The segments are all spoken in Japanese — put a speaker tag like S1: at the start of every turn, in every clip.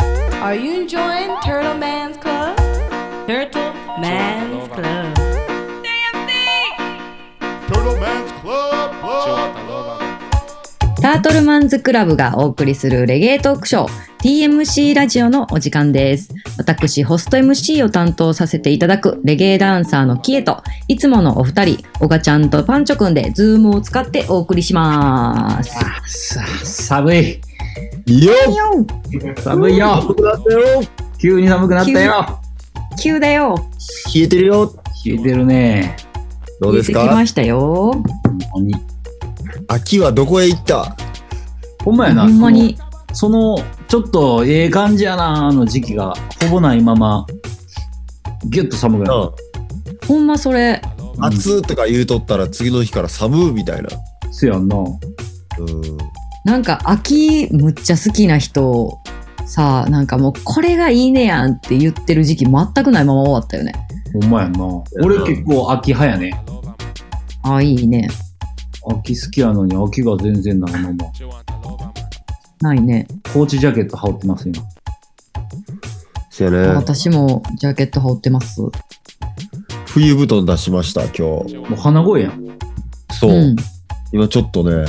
S1: Are you enjoying Turtle Man's Club? Turtle Man's Club.
S2: タートルマンズクラブがお送りするレゲエトークショー TMC ラジオのお時間です。私、ホスト MC を担当させていただくレゲエダンサーのキエと、いつものお二人、オガちゃんとパンチョくんで、ズームを使ってお送りします。
S3: さ寒い
S4: よ
S3: 寒いよ急に寒くなったよ
S2: 急だよ。
S4: 冷えてるよ
S3: 冷えてるね
S4: どうです
S2: 見えてき
S4: か
S2: ましたよ。
S3: ほんまに
S4: 秋はどこへ行った
S3: ほんまやな
S2: ほんまに。
S3: そのそのちょっとええ感じやなの時期がほぼないままギュッと寒くなる
S2: ほんまそれ。
S3: うん
S4: 暑とか言うとったら次の日から寒みたいな。
S3: せやんな
S4: うん。
S2: なんか秋むっちゃ好きな人さあなんかもうこれがいいねやんって言ってる時期全くないまま終わったよね
S3: ほんまやんな俺結構秋派やね
S2: ああいいね
S3: 秋好きやのに秋が全然ないまま
S2: ないね、
S3: コーチジャケット羽織ってます今
S4: せやね。
S2: 私もジャケット羽織ってます
S4: 冬布団出しました、今日。
S3: もう鼻声やん
S4: そう。
S2: ん、
S4: 今ちょっとね、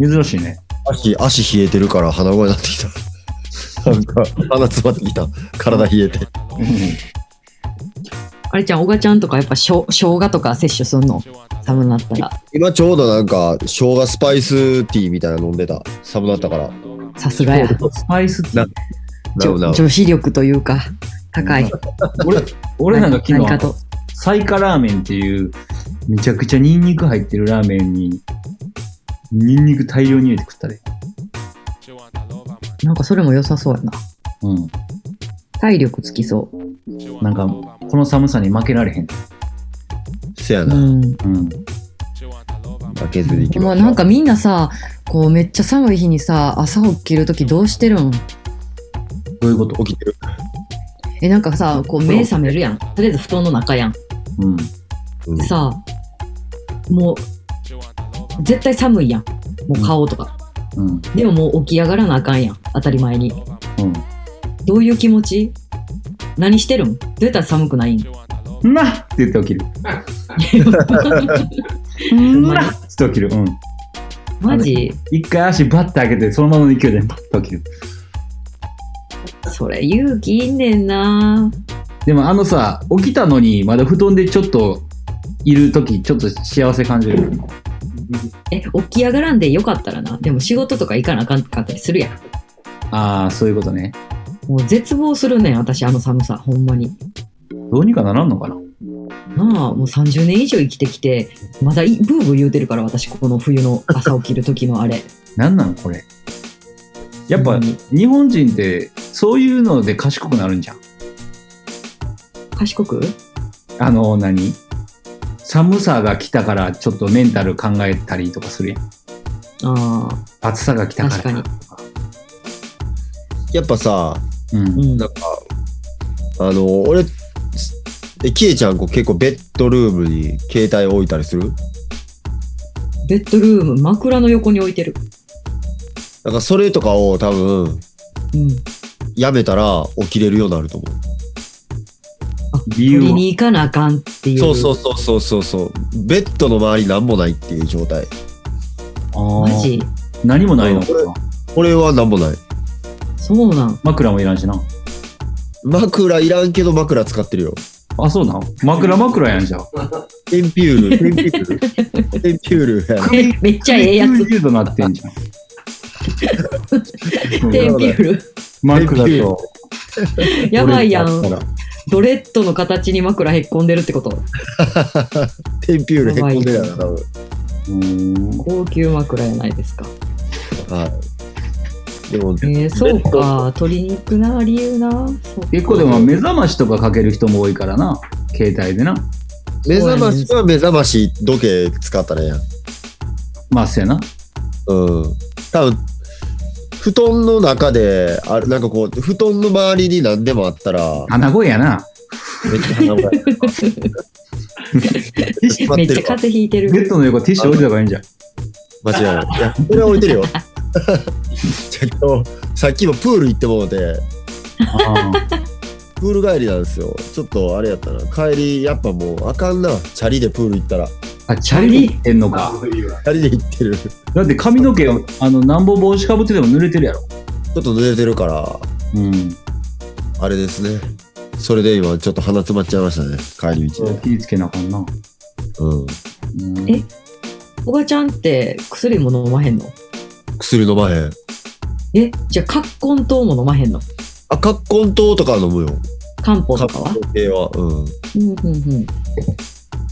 S3: 珍しい ね
S4: 足、足冷えてるから鼻声になってき た。なんか、鼻詰まってきた。体冷えて。
S2: あれちゃんおがちゃんとかやっぱしょ生姜とか摂取すんの寒なったら
S4: 今ちょうどなんか、生姜スパイスティーみたいなの飲んでた。寒なったから。
S2: さすがや
S3: スパイスティー
S4: なるほど
S2: 女子力というか高い
S3: 俺俺なんか昨
S2: 何
S3: 日
S2: かと
S3: サイカラーメンっていう、めちゃくちゃニンニク入ってるラーメンに、ニンニク大量に入れて食ったで。
S2: なんかそれも良さそうやな
S3: うん。
S2: 体力つきそ
S3: なんか、この寒さに負けられへん。
S4: せや
S2: うう
S4: な。
S2: ん
S3: うん。
S4: 負けずに行き
S2: ま
S4: ま
S2: あ
S4: しょう。
S2: なんかみんなさこうめっちゃ寒い日にさ朝起きる時どうしてるん
S3: どういうこと
S4: 起きてる。
S2: えなんかさこう目覚めるやんとりあえず布団の中やん
S3: うん。
S4: うん
S2: さあもう絶対寒いやんもう顔とか、
S3: うん。
S2: でももう起き上がらなあかんやん当たり前に
S3: う
S2: どういう気持ち何してるんどうやったら寒くないん
S3: ん。なっって言って起きる。
S2: ま
S3: なっって言って起きる。うん。
S2: マジ
S3: 一回足バッて開けて、そのままの勢いでバッて起きる。
S2: それ勇気いんねんな
S3: でもあのさ、起きたのに、まだ布団でちょっと、いるとき、ちょっと幸せ感じる。
S2: え起き上がらんでよかったらなでも仕事とか行かなあかんかったりするやん
S3: ああ、そういうことね。
S2: もう絶望するねん私あの寒さほんまに
S3: どうにかならんのかな
S2: なあもう30年以上生きてきてまだいブーブー言うてるから私この冬の朝起きる時のあれ
S3: なんなんこれ。やっ
S2: う
S3: ぱ
S2: ん
S3: 日本人ってそういうので賢くなるんじゃん。
S2: 賢く
S3: あの何寒さが来たからちょっとメンタル考えたりとかするやん。
S2: ああ
S3: 暑さが来たから。
S2: 確
S4: やっぱさ、
S3: うん。
S2: うん
S4: なんか、あの、俺、え、キエちゃん、こう結構ベッドルームに携帯置いたりする
S2: ベッドルーム枕の横に置いてる
S4: なんかそれとかを多分、
S2: うん
S4: やめたら起きれるようになると思。
S3: 理
S2: 取
S3: 由
S2: り
S3: は
S2: に行かなあかんっていうう
S4: そうそううそうそうそうそう。ベッドの周りなんもないっていう状態。
S3: あ
S2: マ
S3: ー
S2: ジ
S3: 何もないのか
S4: これ
S3: な。
S4: 俺はなんもない。
S2: そうなん
S3: 枕もいらんしな。
S4: 枕いらんけど枕使ってるよ。
S3: あ、そうなん枕枕やんじゃん。
S4: テンピュール、テンピ ュール。テンピュールや。
S2: えめっちゃええやつ
S3: 90度なってん じゃん。
S2: テンピュール
S3: 枕と。
S2: やばいやん
S3: 俺だったら
S2: ドレッドの形に枕へっこんでるってこと
S4: テンピュールへこんでるやな、多分。
S3: うーん。
S2: 高級枕やないですか
S4: はい。でも、
S2: えー、そうか取りに行くな理由なそうか
S3: 結構でも目覚ましとかかける人も多いからな。携帯でな。
S4: 目覚ましは目覚まし時計使ったね。
S3: まあ、せやな。
S4: うん。多分布団の中で、あれ、なんかこう、布団の周りに何でもあったら、
S3: 鼻声や な。
S4: めっちゃ鼻声。
S2: めっちゃ風邪ひいて
S3: ベ
S2: る
S3: ッドの横ティッシュ置いてた方がいいんじゃん。
S4: 間違いない。 いや、これは置いてるよ。ちょっと、さっきもプール行ってもうて、
S3: あー
S4: プール帰りなんですよ。ちょっとあれやったな。帰り、やっぱもうあかんな。チャリでプール行ったら。チ
S3: あ、チャリで行ってんのか。
S4: ャリで行ってる。ち
S3: だって髪の毛、あの、なんぼ帽子かぶってても濡れてるやろ。
S4: ょっと濡れてるから、
S3: うん。
S4: あれですね。それで今、ちょっと鼻詰まっちゃいましたね。帰り道で。
S3: 気ぃつけなあかんな。
S4: うん。
S3: うん
S2: えおばちゃんって薬も飲まへんの
S4: 薬飲まへん。
S2: えじゃあ葛根糖も飲まへんの
S4: あ、カッコン糖とか飲むよ。
S2: 漢方
S4: カ
S2: とかは
S4: ッコン系は。うん。
S2: うんうんうん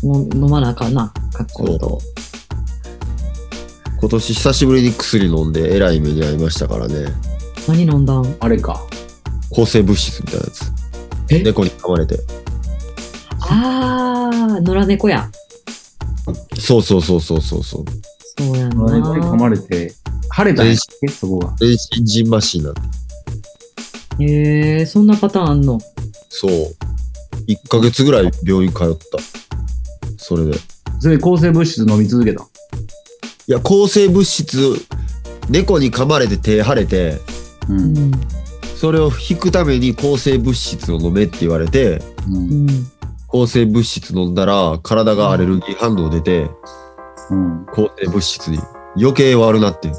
S2: もう飲まなあかんな葛根糖
S4: 今年久しぶりに薬飲んで、えらい目に遭いましたからね。
S2: 何飲んだん
S3: あれか。
S4: 抗生物質みたいなやつ。
S3: え
S4: 猫に噛まれて。
S2: あー野良猫や
S4: そうそうそうそうそうそう。
S2: そうやん
S3: あれ噛
S2: な
S3: まれて、晴れたんやっけそこが。
S4: 全身じんましになって。
S2: へえー、そんなパターンあんの
S4: そう。1ヶ月ぐらい病院通った。それで。
S3: それで抗生物質飲み続けた。
S4: いや、抗生物質、猫に噛まれて手腫れて、
S2: う
S3: う。
S2: んん
S4: それを引くために抗生物質を飲めって言われて、
S3: う。
S2: うんん
S4: 抗生物質飲んだら体がアレルギー反応出て、
S3: うん。
S4: 抗生物質に余計悪なって。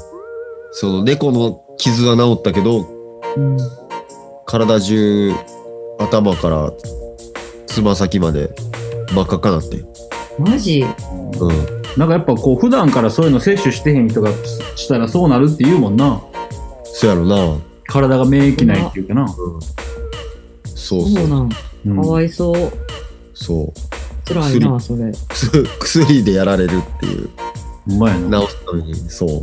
S4: その猫の傷は治ったけど、
S2: うん
S4: 体中、頭からつま先まで真っ赤っかなって。
S2: マジ
S4: うん。
S3: なんかやっぱこう、普段からそういうの摂取してへん人がししたらそうなるって言うもんな。
S4: そやろな。うん。
S3: 体が免疫ないっていうかな。
S4: そう
S2: そ
S4: そうう。
S2: なんか
S3: うん
S2: わいそう
S4: そう。
S2: 辛いなそれ
S4: 薬 薬でやられるっていう。
S3: ほんまやな。
S4: 治すために、そう。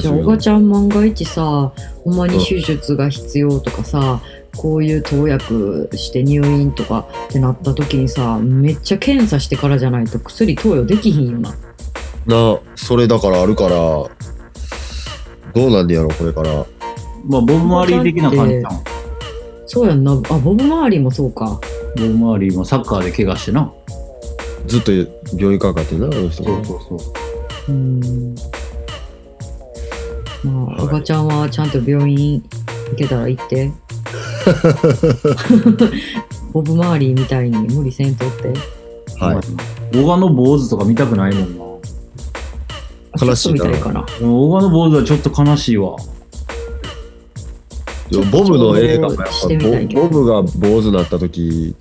S2: じゃあおばちゃん万が一さほんまに手術が必要とかさこういう投薬して入院とかってなった時にさめっちゃ検査してからじゃないと薬投与できひんよな
S4: な、それだからあるから、どうなんねやろ、これから。
S3: まあ、ボブ周り的な感じじゃん。
S2: そうやんなあボブ周りもそうか
S3: ボブ周りもサッカーで怪我してな。
S4: ずっと病院かかってんな、あの人。
S3: そうそうそ
S2: うー
S3: う。。
S2: んまあ、
S4: はい
S2: おばちゃんはちゃんと病院行けたら行って ボブ周りみたいに無理せんとって
S4: はい
S3: 小川の坊主とか見たくないもんな。
S2: あ
S4: 悲しいな
S2: ちょっと見たいかな
S3: でも小川の坊主はちょっと悲しいわ。
S4: い。でもボブの映画もやっ
S2: してみたいけ
S4: ぱ
S2: ど
S4: ボ、ボブが坊主になった時、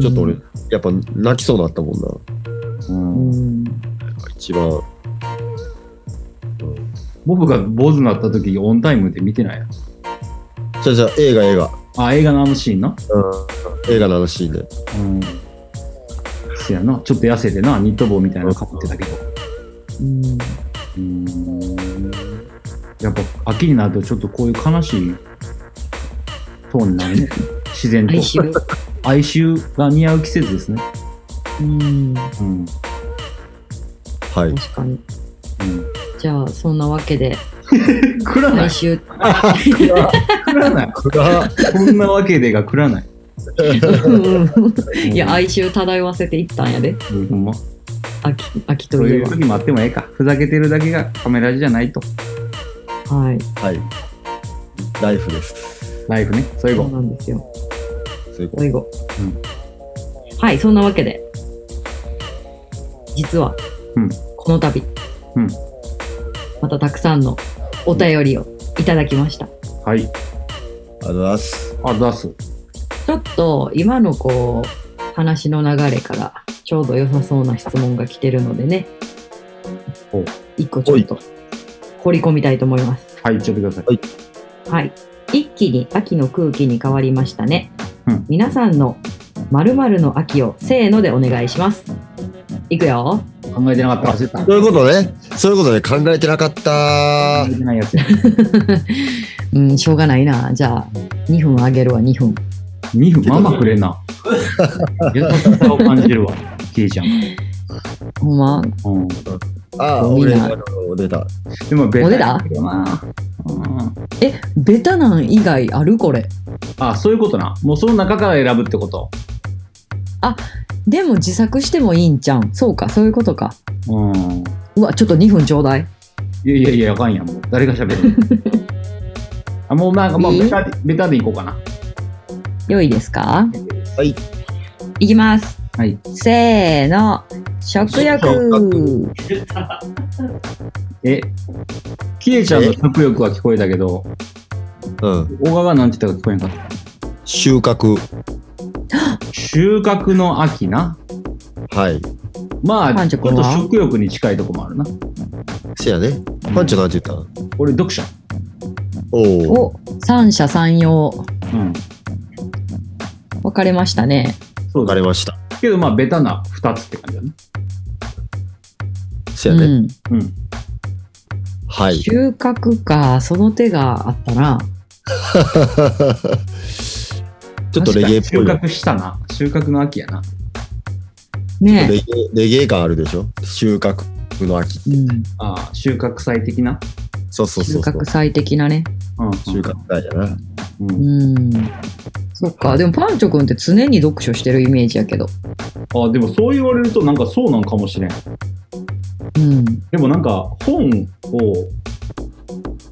S4: ちょっと俺
S2: う、
S4: やっぱ泣きそうになったもんな。
S3: う
S2: ん
S3: ん。
S4: 一番。
S3: ボブが坊主になった時オンタイムで見てないやつ
S4: じゃあじゃあ映画映画。
S3: あ、映画のあのシーンな。
S4: 映画のあのシーンで。
S3: うん。そやな。ちょっと痩せてな、ニット帽みたいなのかぶってたけど。
S2: うん
S3: うん。やっぱ秋になるとちょっとこういう悲しいトーンになるね。自然と。
S2: 哀 愁
S3: 哀愁が似合う季節ですね。
S2: うん
S3: うん。
S4: はい。
S2: 確かに
S3: うん。
S2: じゃあそんなわけで
S3: くらな
S2: 来
S3: い。
S2: 週
S3: くらない。
S4: あ
S3: こんなわけでがくらない。
S2: いや哀愁漂わせていったんやで
S3: うん、ほんま。
S2: 秋秋
S3: そ
S2: と
S3: う
S2: い
S3: い
S2: え
S3: う
S2: ば
S3: 時もあってもええか。ふざけてるだけがカメラじゃないと。
S2: はい
S4: はい。ライフです。
S3: ライフね。最
S2: そう
S3: 後。
S2: なんですよ
S4: そういうこと
S2: 最後、
S3: うん
S2: はいそんなわけで実は、
S3: うん
S2: この度、
S3: うん
S2: またたくさんのお便りをいただきました、
S3: はい。
S4: ありがとうございます。
S3: あ、出す。
S2: ちょっと今のこう話の流れからちょうど良さそうな質問が来てるのでね
S3: お
S2: 一個ちょっと掘り込みたいと思います
S3: はい、ちょっとください。
S2: はい。一気に秋の空気に変わりましたね。
S3: うん
S2: 皆さんの〇〇の秋をせーのでお願いします。いくよ。
S3: 考えてなかった。焦った。
S4: そう
S3: 考
S4: いうことね。そういうことね。考えてなかった
S3: え。てないやつや。
S2: うん、しょうがないな。じゃあ、2分あげるわ、2分。
S3: 2分、ママくれ な。優しさを感じるわ。ひいちゃん。
S2: ほんま、
S3: うん。
S4: ああ、
S2: みん
S4: 俺、
S2: な
S4: あの出た。
S3: でも、ベ
S2: おでだ
S3: けどな。うん
S2: え、ベタなん以外あるこれ。
S3: あ、そういうことな。もうその中から選ぶってこと。
S2: でも自作してもいいんじゃん。そうか、そういうことか。
S3: うん。
S2: うわ、ちょっと2分ちょうだい。
S3: いやいやいや、あかんやん。もう誰が喋るあもうなんかも
S2: いうい
S3: ベタでベタでいこうかな。
S2: 良いですか
S4: はい。
S2: いきます。
S3: はい。
S2: せーの。食欲。
S3: え、キエちゃんの食欲は聞こえたけど、
S4: うん。
S3: 小川がなんて言ったか聞こえなかっ
S4: 収穫。
S3: た。収穫の秋な。
S4: はい。
S3: まあ、
S2: 満
S3: ちょっ
S2: 足
S3: と
S2: は
S3: 食欲に近いとこもあるな。
S4: せやね。パンチョなんて言ったん
S3: 俺、読者。
S4: おお。
S2: お、三者三様。
S3: うん。
S2: 分かれましたね。
S3: そう
S4: わ
S3: だ
S4: かりました。
S3: けど、まあ、ベタな2つって感じだね。
S4: せやね。
S2: うん。
S3: うん。
S4: はい。
S2: 収穫か、その手があったな。
S4: ちょっとレゲエっぽ
S3: 確。
S4: い
S3: かに収穫したな。収穫の秋やな。
S2: ね
S4: レゲエレゲエ感あるでしょ収穫の秋。
S2: え。うん、
S3: ああ、収穫祭的な。
S4: そうそう
S2: 収
S4: そうそう
S2: 穫。祭的なね。
S3: うん。
S4: 収穫祭やな。
S3: う。
S2: うんん。そっか。でもパンチョ君って常に読書してるイメージやけど。
S3: あでもそう言われるとなんかそうなんかもしれん。
S2: うん。
S3: でもなんか本を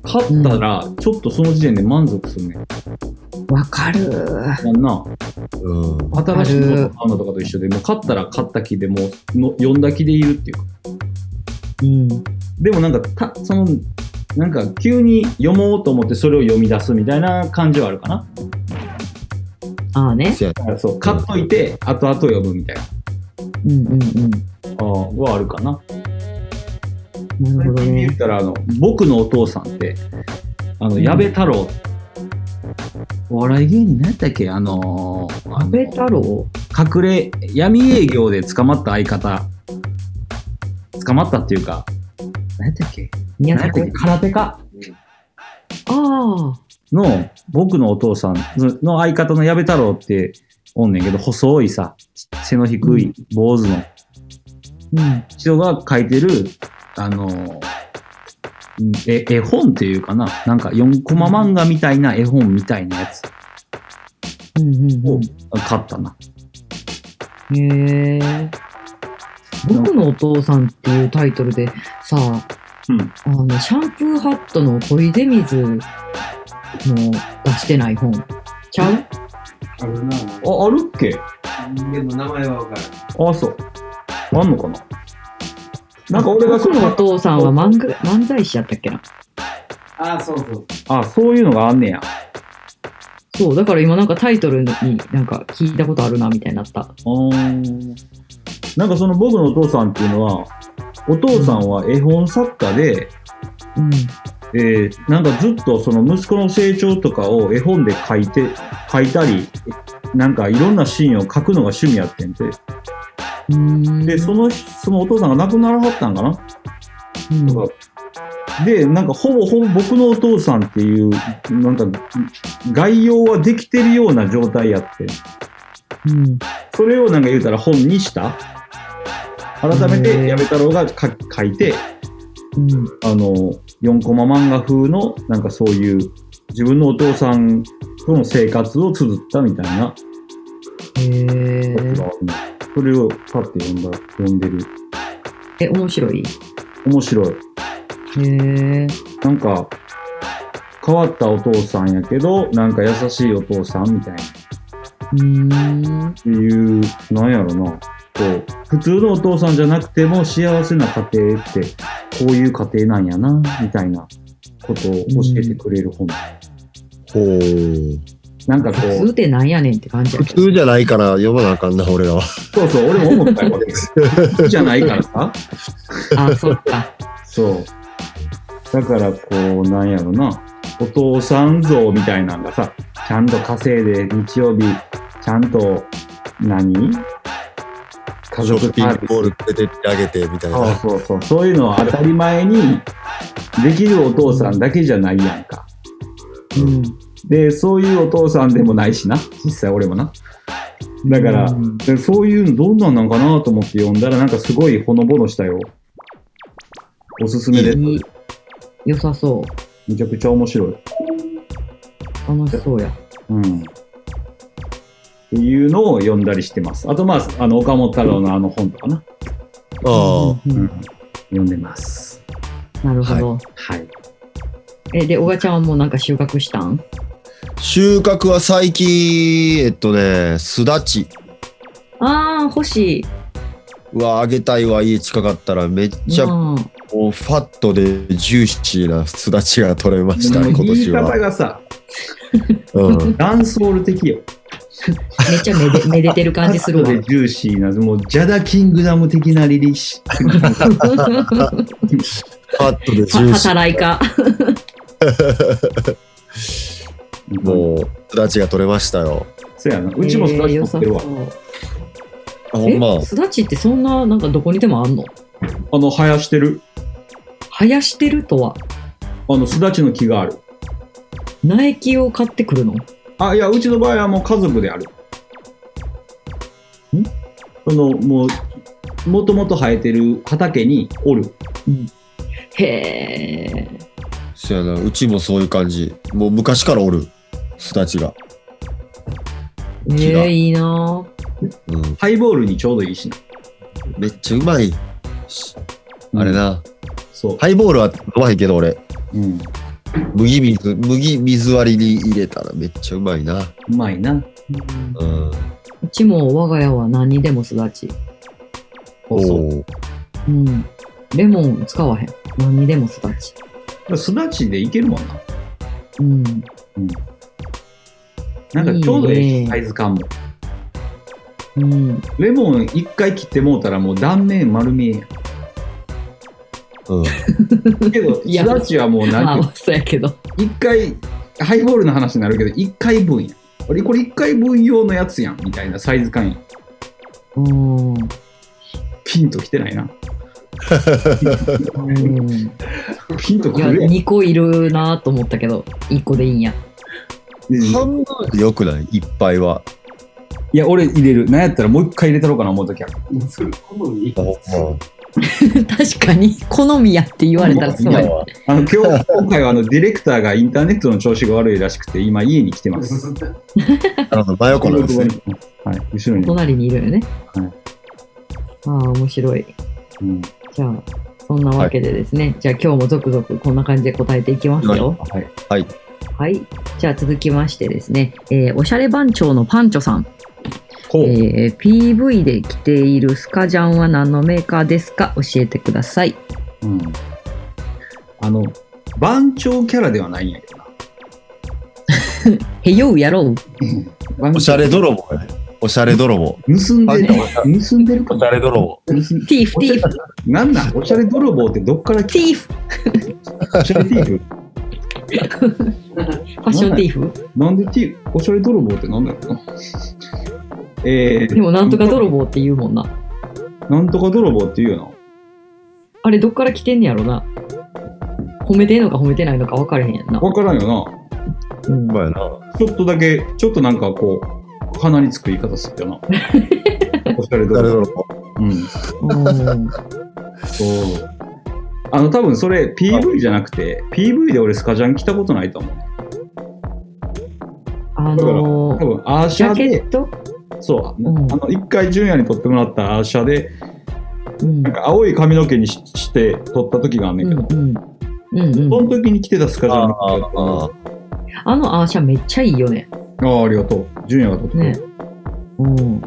S3: 買ったらちょっとその時点で満足するね。
S2: わかる。
S3: やんな。
S4: うん。
S3: 新しいこと買うのとかと一緒で、もう買ったら買った気でもうの読んだ気でいるっていうか。
S2: うん。
S3: でもなんかた、その、なんか急に読もうと思ってそれを読み出すみたいな感じはあるかな。
S2: ああね。
S4: せや
S3: だからそう、買っといて後々読むみたいな。
S2: うんうんうん。
S3: ああはあるかな。
S2: なる
S3: 最
S2: ほど
S3: 近で
S2: ね
S3: 言っ。たらあの僕のお父さんってあの、
S2: うん
S3: 矢部太郎お笑い芸人何やったっけあのーあ
S2: 安倍
S3: の
S2: 太郎
S3: 隠れ闇営業で捕まった相方捕まったっていうか何やったっけ
S2: 宮
S3: 何やったっ
S2: 崎
S3: け空手家
S2: ああ。
S3: の僕のお父さんの相方の矢部太郎っておんねんけど細いさ背の低い坊主の
S2: うん。
S3: 人が書いてる、あのー、うんえ絵本っていうかな、なんか4コマ漫画みたいな絵本みたいなやつ
S2: うんうん
S3: を
S2: う
S3: 買ったな。
S2: ん。へえ。僕のお父さんっていうタイトルでさ、
S3: うん
S2: あの、シャンプーハットの小出水の出してない本。ちゃう
S5: あるな。
S3: あ、あるっけ
S5: でも名前はわからない。
S3: あ、そう。あんのかななんか俺がそう
S2: 僕
S3: いう
S2: のお
S3: の
S2: 父さんは漫画漫才師やったっけな。
S5: あ、そうそう。
S3: が、あ、そういうのがあんねや。
S2: そう、だから今なんかタイトルになんか聞いたことあるなみたいになった。
S3: あーなんかその僕のお父さんっていうのは、お父さんは絵本作家で、
S2: うん。
S3: えーなんかずっとその息子の成長とかを絵本で書いて、書いたり、なんかいろんなシーンを描くのが趣味やってんて。
S2: うん
S3: で、その、そのお父さんが亡くならはったんかな
S2: うん
S3: とか。で、なんかほぼほぼ僕のお父さんっていう、なんか概要はできてるような状態やって。
S2: うん
S3: それをなんか言うたら本にした。改め
S2: へー
S3: て矢部太郎が書書いて、
S2: うん
S3: あの、4コマ漫画風の、なんかそういう、自分のお父さんとの生活を綴ったみたいな
S2: へー
S3: やつがあるのそれを買って読んだ、読んでる。
S2: え、面白い。
S3: 面白い。
S2: へえ。
S3: なんか、変わったお父さんやけど、なんか優しいお父さんみたいな。っ
S2: うん。
S3: ていう、なんやろな。こう、普通のお父さんじゃなくても幸せな家庭って、こういう家庭なんやな、みたいなことを教えてくれる本。
S4: ほう。
S3: なんかこ
S2: 普
S3: う
S2: 通、でなんやねんって感じや
S4: 普
S2: けど。
S4: 通じゃないから読まなあかんな、俺らは。
S3: そうそう、俺も思ったよ、これ。普通じゃないからさ。
S2: あ、そっか。
S3: そう。だから、こう、なんやろな。お父さん像みたいなのがさ、ちゃんと稼いで、日曜日、ちゃんと何、家
S4: ショッ
S3: 族
S4: ピ
S3: パ
S4: ン
S3: ー
S4: グ
S3: ティ
S4: ボー
S3: ー。
S4: ル出てってあげて、みたい
S3: そう
S4: な。
S3: そうそう。そういうのは当たり前に、できるお父さんだけじゃないやんか。
S2: うん。
S3: で、そういうお父さんでもないしな。実際俺もな。だから、
S2: うん
S3: でそういうのどんなんなんかなと思って読んだら、なんかすごいほのぼのしたよ。おすすめです。
S2: いい良さそう。
S3: めちゃくちゃ面白い。
S2: 楽しそうや。
S3: うん。っていうのを読んだりしてます。あと、まあ、あの、岡本太郎のあの本とかな。
S4: ああ。
S2: うんうん
S3: 読んでます。
S2: なるほど。
S3: はい。
S2: え、で、小賀ちゃんはもうなんか収穫したん
S4: 収穫は最近、えっとね、すだち
S2: ああ、欲しい。
S4: はあげたいわ、家近かったら、めっちゃも
S2: うん
S4: うファットでジューシーなすだちが取れましたね、今
S3: 言い
S4: 年
S3: 方
S4: は。
S3: がさ、
S4: うん、
S3: ダンスホール的よ。
S2: めっちゃめでめでてる感じするわ
S3: カッ。トでジューシーな、もうジャダキングダム的なリリッシ ュ。
S4: ファットでジューシー。
S2: 働いか。
S3: もう、
S4: もう、すだちが取れましたよ。
S3: そうやな。うちも育ち取ってるわ
S2: えー。良さ
S4: あ
S2: そ
S4: ほ
S2: うん
S4: ま
S2: え、。すだちってそんな、なんかどこにでもあんの
S3: あの、生やしてる。
S2: 生やしてるとは、
S3: あの、すだちの木がある。
S2: 苗木を買ってくるの
S3: あ、いや、うちの場合はもう家族である。んその、もう、もともと生えてる畑におる。
S2: へえ。
S4: そうやな、うちもそういう感じ。もう昔からおる、すだちが。
S2: え
S4: 違う
S2: ー、いいなぁ
S4: うん、
S3: ハイボールにちょうどいいしな。
S4: めっちゃうまい。あれな、
S3: そう。
S4: ハイボールはうまいけど俺、
S3: うん。う
S4: 麦水、麦水割りに入れたらめっちゃうまいな。
S3: まいな。
S2: うん
S4: うん。
S2: うちも我が家は何にでも育ち。
S3: そうそう。
S4: おー
S2: うん。レモン使わへん。何にでも育ち。
S3: すだちでいけるもんな。
S2: うん。
S3: なんかちょうど
S2: いい
S3: いい
S2: ね
S3: サイズ感も。
S2: うん。
S3: レモン一回切ってもうたらもう断面丸見えや
S4: うん。
S3: けど、
S2: いや
S3: すだちはもう
S2: ま
S3: 何
S2: あ、そうやけど。
S3: 一回、ハイボールの話になるけど、一回分や。俺これ一回分用のやつやん、みたいなサイズ感や。
S2: うん。うん。
S3: ピンときてない な。ピンと
S2: い
S3: く
S2: や、
S3: るやん。
S2: 2個いるなぁと思ったけど、1個でいいんや。
S3: うん
S4: 半分でよくないいっぱいは。
S3: いや、俺入れる。なんやったらもう一回入れたろうかな思うときは。
S5: それ好み
S4: ほんま
S2: 確かに、好みやって言われたらそうや。
S3: あの、今日、 今回はあの、ディレクターがインターネットの調子が悪いらしくて、今家に来てます。
S4: なるほど、真横なんですね。
S3: はい、後ろに。
S2: 隣にいるよね。
S3: はい
S2: ああ、面白い。
S3: うん
S2: じゃあ、そんなわけでですね、じゃあ今日も続々こんな感じで答えていきますよ。
S3: はい。
S2: はい。じゃあ続きましてですね、えーおしゃれ番長のパンチョさん。
S4: ほう。
S2: えー PV で着ているスカジャンは何のメーカーですか教えてください。
S3: うん。あの、番長キャラではないんやけどな。
S2: へようやろう。
S3: 番長
S4: おしゃれ泥棒やね。おしゃれ泥棒。
S3: 盗んでる
S4: 番
S3: 盗んでるか
S4: おしゃれ泥棒。
S3: 盗
S2: テ
S3: ん
S2: ィーフ、ティーフ、
S3: なんなんおしゃれ泥棒ってどっから
S2: ティー
S3: 来
S2: フ。
S3: たおしゃれティーフ
S2: ファッションティーフ
S3: なんでティーフおしゃれ泥棒ってなんだろうなえー、
S2: でもなんとか泥棒って言うもんな。
S3: なんとか泥棒って言うよ
S2: あれどっから来てんねやろな。褒めてんのか褒めてないのか分かれへんやんな
S3: な。。わからんよな。
S2: うん
S4: ほんまやな。
S3: ちょっとだけ、ちょっとなんかこう、鼻につく言い方する よな。おしゃれ
S4: おしゃれ
S3: 泥棒。
S4: 泥棒。
S3: うん。
S2: うん
S3: そう。あの、多分それ PV じゃなくて、PV で俺スカジャン着たことないと思う。
S2: あの
S3: 多
S2: ー、
S3: 分アーシ
S2: ジャ
S3: ャ
S2: ケ
S3: で
S2: ッ、ト、
S3: そう。
S2: うん
S3: あの、一回純也に撮ってもらったアーシャで、
S2: うん
S3: なん、か青い髪の毛にしして撮った時があんねん
S2: う
S3: け
S2: ん
S3: ど、
S2: うんうん
S3: そ
S2: うん
S3: の時に着てたスカジャンなんだけど
S4: あ
S2: あのアーシャめっちゃいいよね。
S3: ああ、ありがとう。純也が撮ってくれ
S2: ね
S3: た。。
S2: うん。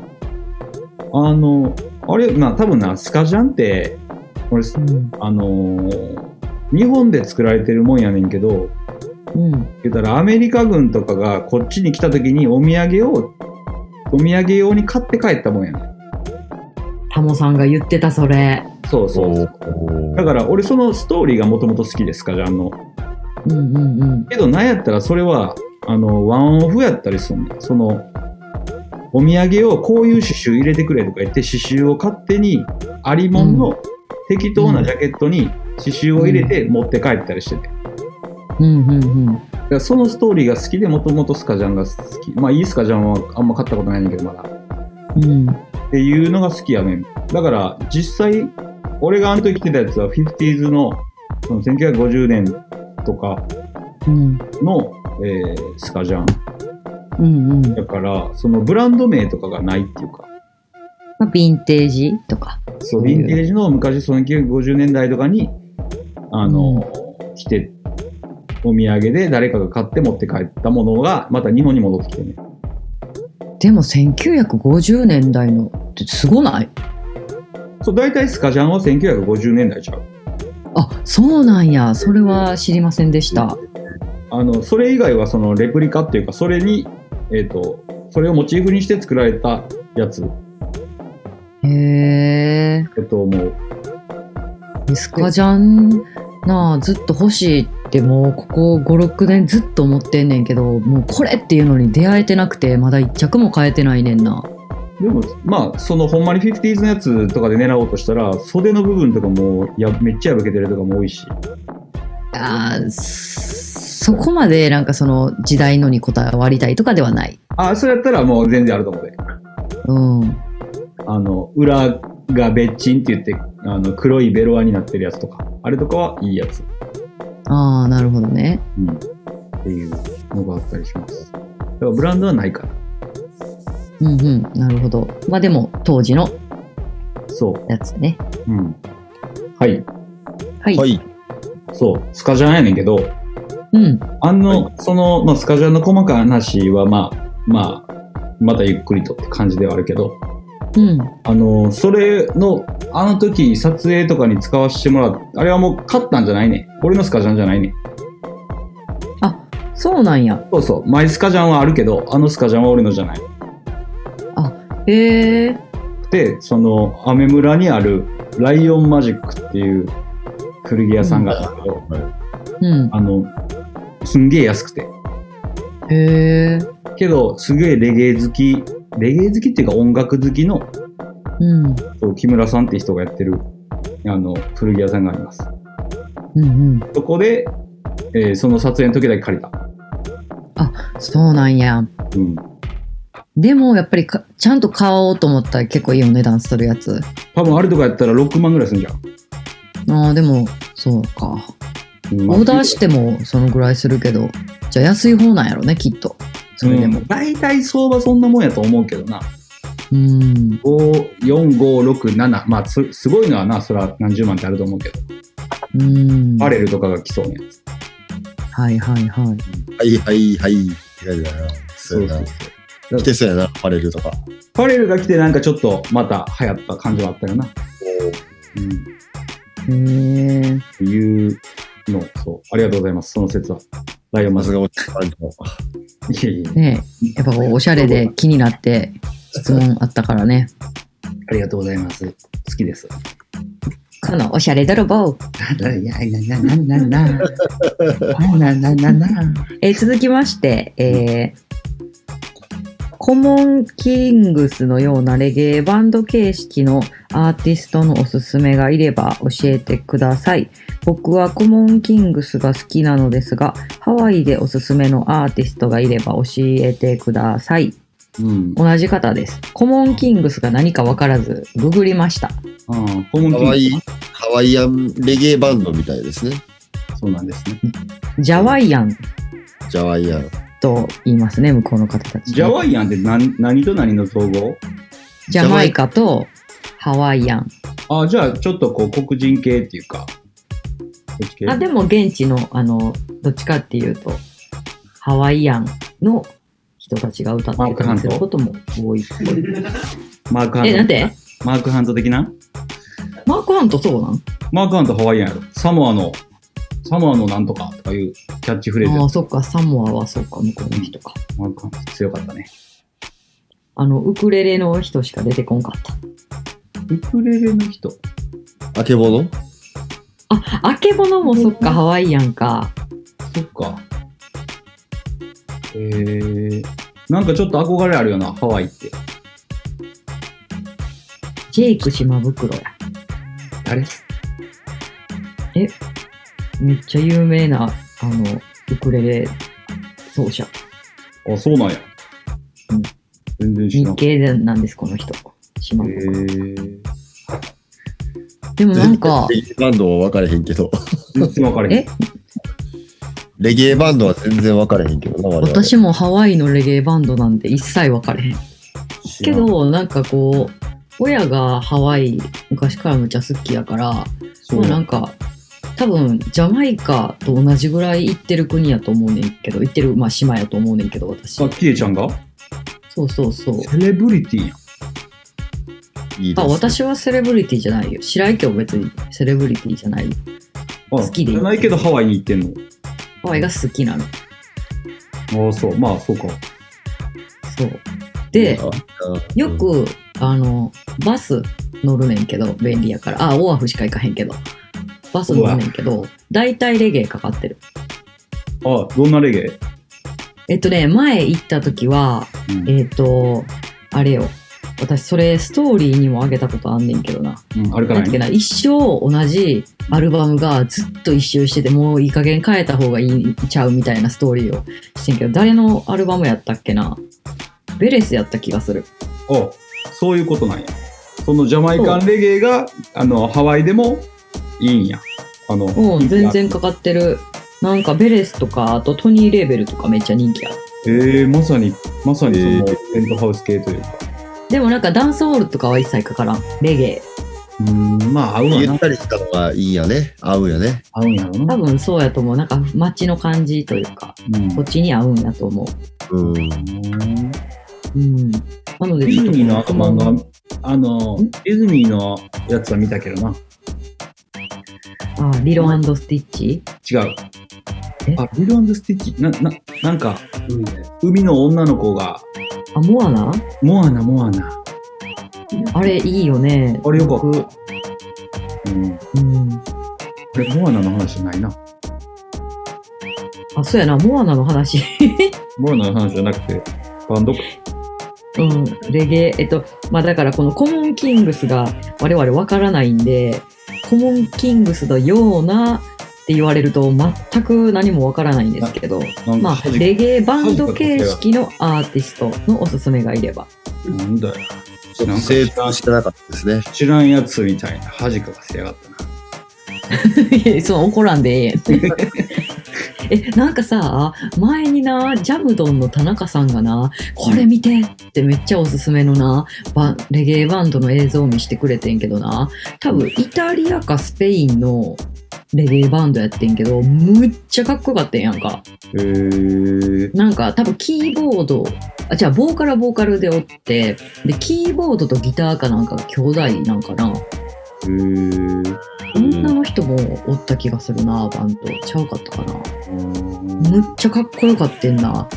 S3: あの、あれ、まあ多分な、スカジャンって、俺、
S2: うん。
S3: あのー日本で作られてるもんやねんけど、
S2: うん。
S3: 言ったらアメリカ軍とかがこっちに来た時にお土産を、お土産用に買って帰ったもんやねん。
S2: タモさんが言ってたそれ。
S3: そうそう
S4: お
S3: そ
S4: ー
S3: う。だから俺そのストーリーがもともと好きですから、あの。
S2: うんうんうん。
S3: けどなんやったらそれは、あの、ワンオフやったりするの。その、お土産をこういう刺繍入れてくれとか言って刺繍を勝手にありもんの適当なジャケットに刺繍を入れて持って帰ったりしてて。
S2: うんうんうん。
S3: だからそのストーリーが好きでもともとスカジャンが好き。まあいいスカジャンはあんま買ったことないねんだけどまだ。
S2: うん。
S3: っていうのが好きやねん。だから、実際、俺があの時着てたやつは、50s の、その1950年とか
S2: うん。
S3: の、えースカジャン。
S2: うんうん。
S3: だから、そのブランド名とかがないっていうか、
S2: まあ、ヴィンテージとか。
S3: そう、ヴィンテージの昔、その1950年代とかに、あの、着てお土産で誰かが買って持って帰ったものが、また日本に戻ってきてね。
S2: でも1950年代のってすごない
S3: そう、大体スカジャンは1950年代ちゃう。
S2: あそうなんやそれは知りませんでした
S3: あの、それ以外はそのレプリカっていうか、それに、えっ、と、それをモチーフにして作られたやつ
S2: へえ
S3: だと思う。
S2: スカジャンなあずっと欲しいってもうここ56年ずっと思ってんねんけどもうこれっていうのに出会えてなくてまだ一着も買えてないねんな
S3: でも、まあ、そのほんまに 50s のやつとかで狙おうとしたら、袖の部分とかもやめっちゃ破けてるとかも多いし。
S2: あーそそこまでなんかその時代のにこだわりたいとかではない
S3: あ、それやったらもう全然あると思うで。
S2: うん
S3: あの、裏がべっちんって言って、あの、黒いベロアになってるやつとか、あれとかはいいやつ。
S2: ああなるほどね
S3: うん。っていうのがあったりします。だからブランドはないから。
S2: うんうんなるほどまあでも当時の
S3: そ
S2: やつね
S3: う。うん。はい。
S2: はい、
S4: はい。
S3: そう。スカジャンやねんけど、
S2: うん
S3: あの、その、まあ、スカジャンの細かい話は、まあ、まあ、またゆっくりとって感じではあるけど、
S2: うん
S3: あの、それの、あの時撮影とかに使わせてもらう、あれはもう買ったんじゃないね。俺のスカジャンじゃないね。
S2: そうなんや
S3: そうそう。マイスカジャンはあるけど、あのスカジャンは俺のじゃない。
S2: へえ
S3: で、その、アメ村にある、ライオンマジックっていう古着屋さんがあるんだけど、
S2: うん
S3: あの、すんげえ安くて。
S2: へえ
S3: けど、すげえレゲエ好き、レゲエ好きっていうか音楽好きの、
S2: うん
S3: そう木村さんって人がやってる、あの、古着屋さんがあります。
S2: うんうん
S3: そこで、えーその撮影の時だけ借りた。
S2: そうなんや
S3: うん。
S2: でもやっぱりかちゃんと買おうと思ったら結構いいお値段するやつ
S3: 多分あれとかやったら6万ぐらいすんじゃん。
S2: ああでもそうか
S3: うん
S2: オーダーしてもそのぐらいするけどじゃあ安い方なんやろねきっとそれでも
S3: うん大体相場そんなもんやと思うけどな。
S2: うん
S3: 5、4、5、6、7。まあ、すすごいのはな、そら何十万ってあると思うけど。
S2: うん。
S3: バレルとかが来そうなやつ。
S2: はいはいはい。
S4: はいはいはい。って感じだな。そうやな。来てそうやな、パレルとか。
S3: バレルが来てなんかちょっとまた流行った感じはあったよな。うん。っ
S2: へえ。
S3: ていうの、そう。ありがとうございます。その説は。ライオン
S4: ま
S3: マス
S4: さ
S3: が。
S4: かおっさんと。
S3: いえいえ。
S2: ねえやっぱこうおしゃれで気になって質問あったからね。
S3: ありがとうございます。好きです。
S2: このおしゃれ泥棒。
S3: いやいやいや、ななな。なななな。
S2: えー続きまして、えーコモンキングスのようなレゲエバンド形式のアーティストのおすすめがいれば教えてください。僕はコモンキングスが好きなのですが、ハワイでおすすめのアーティストがいれば教えてください。
S3: うん。
S2: 同じ方です。コモンキングスが何か分からず、ググりました。
S3: うん。訪問
S4: ハワイ
S3: 金、
S4: ハワイアンレゲエバンドみたいですね。
S3: そうなんですね。
S2: ジャワイアン
S4: ジャワイアン。
S2: と言いますね、向こうの方たち。
S3: ジャワイアンって何何と何の総合
S2: ジャマイカとハワイアン。
S3: あじゃあ、ちょっとこう、黒人系っていうか。こっち系
S2: あでも現地の、あの、どっちかっていうと、ハワイアンの人たちが歌ってたりすることも多いっぽい。
S3: マークハント。
S2: え、なんで
S3: マークハント的な
S2: マークハントそうなん
S3: マークハントハワイアンやろ。サモアの、サモアのなんとかとかいうキャッチフレーズ
S2: あ
S3: や
S2: あ、そっか、サモアはそうか、向こうの人か。
S3: マークハント強かったね。
S2: あの、ウクレレの人しか出てこんかった。
S3: ウクレレの人。
S4: あけぼの
S2: あ、アケボノもそっか、ハワイアンか。
S3: そっか。えー、なんかちょっと憧れあるよな、ハワイって。
S2: ジェイク島袋や。
S3: 誰
S2: めっちゃ有名な、あの、ウクレレ奏者。
S3: あ、そうなんや。
S2: うん
S3: 全然知ら
S2: 日
S3: ん。
S2: 系なんです、この人。島
S3: え
S2: 袋。
S3: ー、
S2: でもなんか、
S4: レゲエバンドは分かれへんけど。
S3: 全然分かれへん
S2: え。、
S4: レゲエバンドは全然分かれへんけどな、我々
S2: 私もハワイのレゲエバンドなんて一切分かれへんけどなんかこう親がハワイ昔からむちゃ好きやから
S3: 知らん、
S2: まあ
S3: そう
S2: なんか多分ジャマイカと同じぐらい行ってる国やと思うねんけど行ってる、まあ、島やと思うねんけど私
S3: あ、キエちゃんが
S2: そうそうそう
S3: セレブリティやん。
S4: いいです
S2: あ
S4: ね
S2: 私はセレブリティじゃないよ白井家は別にセレブリティじゃない
S3: あ
S2: 好きで
S3: じゃないけどハワイに行ってん
S2: ハワイが好きなの
S3: の。ああ、そう。まあ、そうか。
S2: そうで
S4: あ
S2: よくあのバス乗るねんけど便利やからあオアフしか行かへんけどバス乗るねんけど大体レゲエかかってる
S3: ああ、どんなレゲエ、
S2: えっとね前行った時は
S3: うん
S2: えっ、とあれよ私それストーリーにもあげたことあんねんけどな
S3: うん、あれか
S2: な
S3: ら
S2: んていうかな
S3: ね。
S2: 一生同じアルバムがずっと一周しててもういい加減変えた方がいいちゃうみたいなストーリーをしてんけど誰のアルバムやったっけなベレスやった気がする
S3: あそういうことなんや。そのジャマイカンレゲエが、あの、ハワイでもいいんや。あの、
S2: もう全然か
S3: か
S2: かってるなんかベレスとかあとトニー・レーベルとかめっちゃ人気ある
S3: ええまさに、まさにそ
S4: へ
S3: の
S4: ー、
S3: ペントハウス系というか。
S2: でもなんかダンスホールとかは一切かからんレゲエ
S3: うーん、まあ、合うわ
S4: ゆ
S3: な
S4: っ。たりしたのがいいやね。合うよね。
S3: 合うんやろ
S2: 多
S3: な。
S2: 分そうやと思うなんか街の感じというか
S3: うん
S2: こっちに合うんやと思う
S4: うん。
S2: うんなので
S3: ディ
S2: ちょ
S3: ズ
S2: っと
S3: ニーのあの漫画、あの
S2: ん、
S3: ディズニーのやつは見たけどな。
S2: あリロスティッチ
S3: 違う
S2: え。
S3: あ、リルスティッチ、な、な、なんか、
S5: 海で。
S3: 海の女の子が、
S2: あモアナ
S3: モアナ、モアナ。
S2: あれいいよね。
S3: あれよか
S2: 僕
S3: った。うん。あ
S2: うん。
S3: れ、モアナの話じゃないな。
S2: あ、そうやな、モアナの話。
S3: モアナの話じゃなくて、バンドか。
S2: うん、レゲエ。えっと、まあだからこのコモンキングスが我々わからないんで、コモンキングスのようなって言われると全く何もわからないんですけど、
S3: なん
S2: まあ
S3: か恥ず、
S2: レゲエバンド形式のアーティストのおすすめがいれば。
S3: なんだよ。
S4: ちょっ
S3: な
S4: と
S3: んか
S4: 精
S3: 知ら
S4: 通
S3: ん
S4: してなかったですね。
S3: 知らんやつみたいな恥かかせやがったな。
S2: いやそう怒らんでええやんえなんかさ前になジャムドンの田中さんがな「これ見て!」ってめっちゃおすすめのなバレゲエバンドの映像を見してくれてんけどな多分イタリアかスペインのレゲエバンドやってんけどむっちゃかっこよかったんやんか
S3: へえ。
S2: なんか多分キーボードあじゃあボーカルはボーカルでおってでキーボードとギターかなんかが兄弟なんかな
S3: へえ。
S2: 女の人もおった気がするなバンドちゃうかったかなむっちゃかっこよかってんな。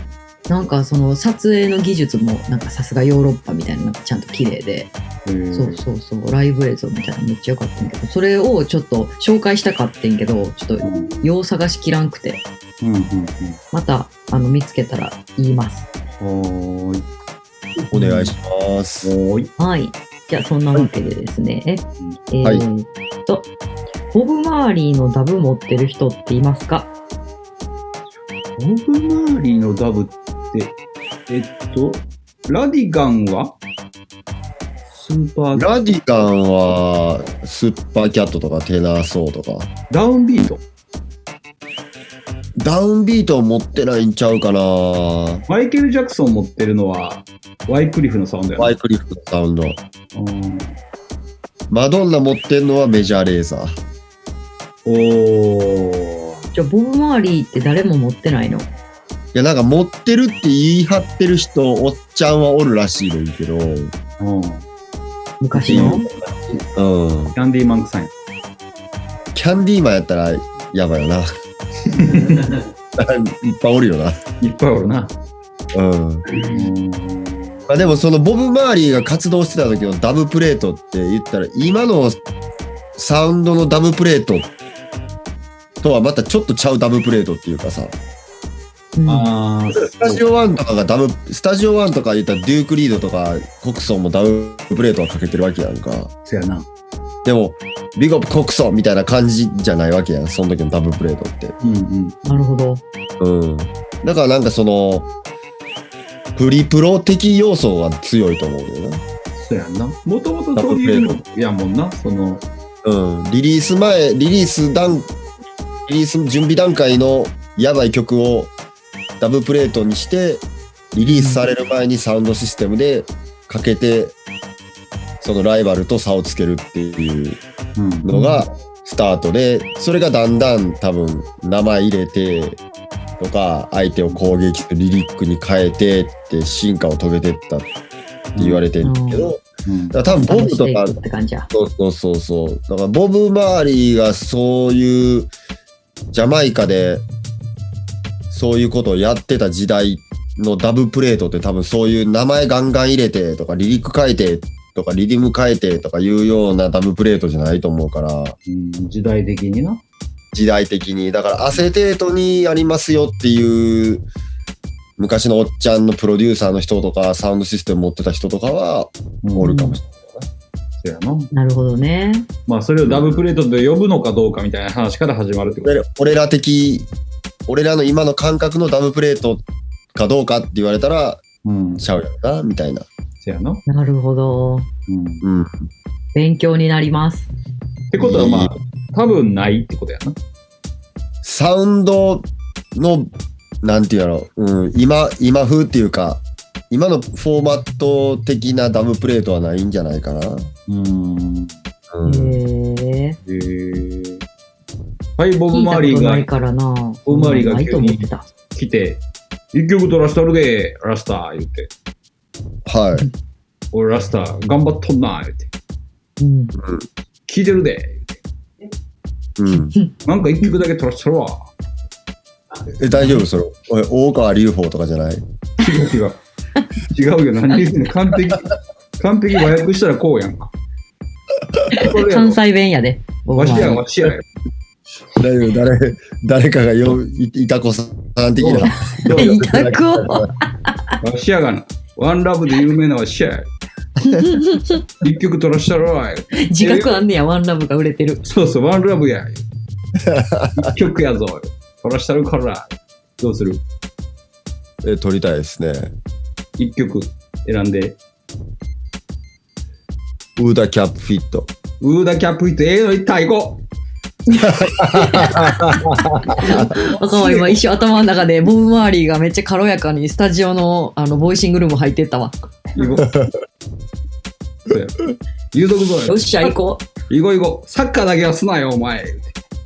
S2: なんかその撮影の技術もなんかさすがヨーロッパみたいななんかちゃんと綺麗で、そうそうそうライブ映像みたいなのめっちゃよかったんだけどそれをちょっと紹介したかってんけどちょっと
S3: うん。
S2: よう探しきらんくて
S3: うんうん
S2: またあの見つけたら言います
S3: うん。はーい。
S4: お願いします。
S3: はーい。
S2: はいじゃあそんなわけでですね、ええ
S4: はい
S2: ーっとボブ・マーリーのダブ持ってる人っていますか
S3: ボブ・マーリーのダブって、えっと、ラディガンはスーパー
S4: ラディカンは、スッパーキャットとかテナーソーとか。
S3: ダウンビート。
S4: ダウンビートを持ってないんちゃうかな
S3: マイケル・ジャクソン持ってるのは、ワイクリフのサウンドやな
S4: ワイクリフのサウンド。
S3: うん
S4: マドンナ持ってんのはメジャーレーザー。
S3: おー。
S2: じゃあボブ・マーリーって誰も持ってないの
S4: いや、なんか持ってるって言い張ってる人、おっちゃんはおるらしいねんけど。うん。
S3: うん。
S2: 昔の
S4: キ
S3: キャンディーマンクさんや。
S4: ャンディーマンやったら、やばいよな。いっぱいおるよな。
S3: いっぱいおるな。
S4: うん。
S3: うん
S4: まあ、でもそのボブ・マーリーが活動してた時のダブプレートって言ったら今のサウンドのダブプレートとはまたちょっとちゃうダブプレートっていうかさ
S2: うん
S3: あー
S4: スタジオワンとかがダブスタジオワンとか言ったらデューク・リードとかコクソンもダブプレートはかけてるわけやんか
S3: そうやな。
S4: でもビッグオブ・コクソンみたいな感じじゃないわけやんその時のダブプレートって
S3: うんうん。
S2: なるほど
S4: うんだからなんかそのプリプロ的要素が強いと思うんだよな
S3: そうやんな。もともとそういうのやもんな。その、
S4: うん、リリース前、リリース段、リリース準備段階のやばい曲をダブプレートにして、リリースされる前にサウンドシステムでかけて、そのライバルと差をつけるっていう
S3: うん
S4: のが、スタートで、それがだんだん多分名前入れてとか、相手を攻撃するリリックに変えてって進化を遂げてったって言われてるんだけど、
S3: うん
S4: だから多分ボブと
S2: スタ
S4: か
S2: ートしていくって感じや。
S4: そうそうそうそう。だからボブ周りがそういうジャマイカでそういうことをやってた時代のダブプレートって多分そういう名前ガンガン入れてとかリリック変えてとかリリム変えてとかいうようなダブプレートじゃないと思うから
S3: うん時代的にな。
S4: 時代的にだからアセテートにやりますよっていう昔のおっちゃんのプロデューサーの人とかサウンドシステム持ってた人とかは
S3: うん
S4: おるかもしれない。
S3: そうやな。
S2: なるほどね。
S3: まあ、それをダブプレートと呼ぶのかどうかみたいな話から始まるってこと。
S4: 俺俺ら的俺らの今の感覚のダブプレートかどうかって言われたら
S3: うん。
S4: ちゃうやろなみたいな、
S3: そうやな。う
S2: なるほど。
S3: ん。っ
S4: うん、
S2: 勉強になります。
S3: てことは、まあ、多分ないってことやな。
S4: サウンドのなんていうやろうん、今今風っていうか今のフォーマット的なダブプレートはないんじゃないかな、
S3: うん。
S4: うん
S2: へえ。
S3: へーはい、ボブ・
S2: 聞いた
S3: マー
S2: こ
S3: リ
S2: と
S3: ー
S2: ない
S3: が
S2: からな。
S3: ボブマーリーが
S2: ない
S3: 急
S2: と
S3: に
S2: 思ってた。
S3: 来て、一曲とらしたるで、ラスター言って、
S4: はい
S3: 俺ラスター頑張っとんな、言って、
S2: うん。
S3: 聞いてるで、言って
S4: うん、
S3: なんか一曲だけとらしたるわ。
S4: え大丈夫それえ大川隆法とかじゃない
S3: 違う違う。違うよ、何言ってんの完璧。完璧和訳したらこうやんか。これやろ
S2: 関西弁やで。
S3: わしや
S2: 僕は
S3: わしやよ。
S4: 大丈夫誰誰かがよいいたこさん的な
S3: どうよ
S2: いたこ。
S3: わしやがな。ワンラブで有名なわしやよ。一曲とらしたるわ。言って
S2: 自覚あんねや、ワンラブが売れてる。
S3: そうそう、ワンラブや。一曲やぞ。とらしたるから。どうする
S4: え撮りたいですね
S3: 一曲選んで。
S4: ウーダキャップフィット
S3: ウーダキャップヒット、ええの一体行こ
S2: 若は今一瞬頭の中でボブ・マーリーがめっちゃ軽やかにスタジオのあのボイシングルーム入ってったわ。
S3: う。行こう。そうや言うとくぞ
S2: よっしゃ行こ
S3: 行こう行こう。サッカーだけはすなよ、お前。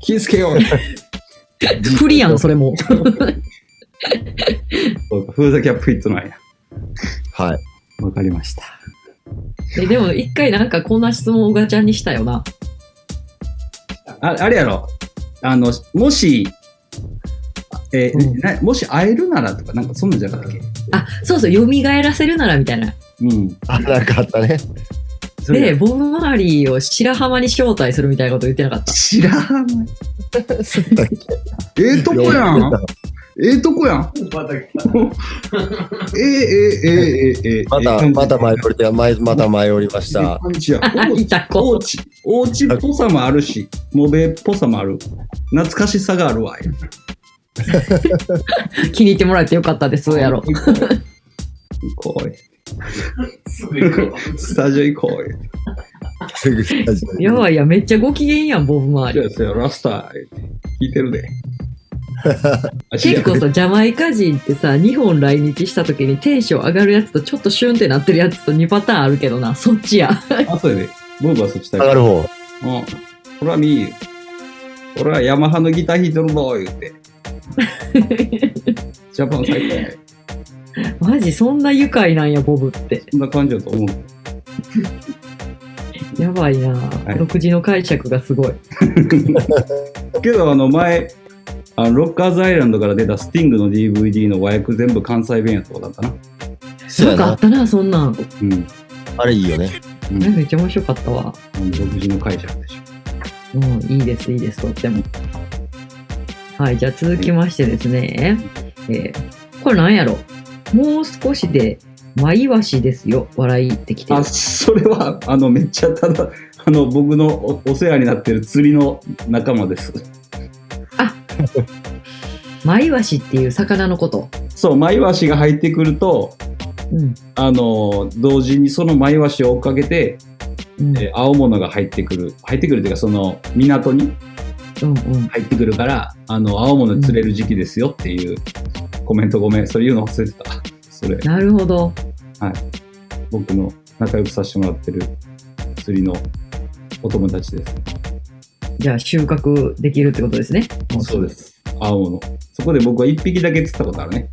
S3: 気ぃつけよう。
S2: う。不利やんそれも。
S3: そうか、フーダキャップヒットなんや。
S4: はい
S3: わかりました。
S2: えでも一回なんかこんな質問をガチャンにしたよな。
S3: ああれやろ。あの、もし、えー
S2: うん
S3: なもし会えるならとか、なんかそんなんじゃなかったっけ
S2: あそうそう蘇らせるならみたいな。
S3: うん。
S4: あなんかあったね
S3: それ
S2: でボブ・マーリーを白浜に招待するみたいなこと言ってなかった。
S3: 知らん。ええとこやん。ええとこやん。
S5: また来た
S3: ええええええええ。
S4: また、また前降りて、前また前降りまし
S3: ええ
S4: た。
S3: 感じや。
S2: あいた
S3: お
S2: こ。
S3: うち、おうちっぽさもあるし、モベっぽさもある。懐かしさがあるわ。
S2: 気に入ってもらえてよかったですやろ。
S3: 行こうよ。
S5: すぐ 行こ
S3: スタジオ行こうよ。
S4: すぐ来たじゃん
S2: いやばいやめっちゃご機嫌やんボブ・マー
S3: じ
S2: リ
S3: ゃ
S2: ー。
S3: あそれラスター、聞いてる で。
S2: 結構さジャマイカ人ってさ日本来日した時にテンション上がるやつとちょっとシュンってなってるやつと2パターンあるけどなそっちや。
S3: あとで、ボブはそっちだ
S4: 上がる方。
S3: うん。俺はミー。俺はヤマハのギター弾いてるぞ、言って。 ジャパン最高や。
S2: マジそんな愉快なんやボブって
S3: そんな感じだと思う。
S2: やばいな、
S3: い
S2: 独自の解釈がすごい
S3: けど、あの、前、あのロッカーズアイランドから出たスティングの DVD の和訳全部関西弁やったことだったな。
S4: そう
S2: な
S4: や
S2: んかあ
S4: な
S2: っ。たなそんなん
S3: うん。うん
S4: あれいいよね。
S2: なんかめっちゃ面白かったわ
S3: 独自の解釈でしょ。
S2: うんいいですいいですとってもはいじゃあ続きましてですね、えーこれなんやろもう少しでマイワシですよ笑いってきてる
S3: あ、それは、あの、めっちゃただ、あの、僕のおお世話になってる釣りの仲間です。
S2: マイワシっていう魚のこと
S3: そう、マイワシが入ってくると、
S2: うん
S3: あの、同時にそのマイワシを追っかけて、
S2: うん
S3: えー青物が入ってくる入ってくるというかその港に
S2: うんうん
S3: 入ってくるからあの青物釣れる時期ですよっていうコメントごめんそれ言うの忘れてたそれ
S2: なるほど
S3: 僕の仲良くさせてもらってる釣りのお友達です
S2: じゃあ収穫できるってことですね。も
S3: そうです。青の。そこで僕は1匹だけ釣ったことあるね。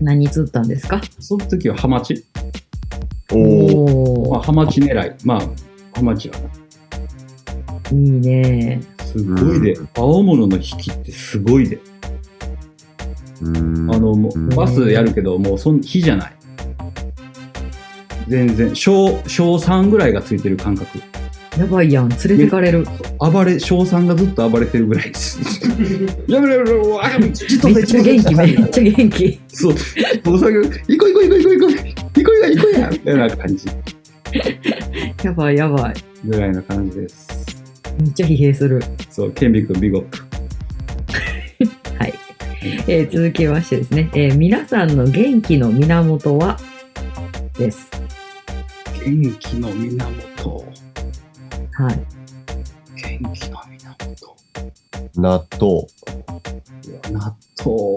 S2: 何釣ったんですか
S3: その時はハマチ。
S4: おお。
S2: お
S3: まあ、
S2: ー
S3: ハマチ狙い。まあ、ハマチはね。
S2: いいね。
S3: すごいで
S6: う。
S3: 青物の引きってすごいで。
S6: うん
S3: あの、も
S6: うん
S3: うバスやるけど、もうその火じゃない。全然、小、小3ぐらいがついてる感覚。
S2: やばいやん。連れてかれる。
S3: 暴れ、小3がずっと暴れてるぐらい です。やめろやめろ、あ、ちょっと
S2: め
S3: 待
S2: っ
S3: って
S2: ちゃ元気、め
S3: ちょっと待
S2: っちゃ元気。
S3: てそう、小三が、行こう行こう行こう行こう行こう行こうや行こうやみたいな感じ。
S2: やばいやばい。
S3: ぐらいな感じです。
S2: めっちゃ疲弊する。
S3: そう、ケンビ君、ビゴップ。
S2: はい。えー続きましてですね、えー皆さんの元気の源はです。
S3: 元気の源。
S2: はい。
S3: 元気の源。
S4: 納豆。
S3: 納豆。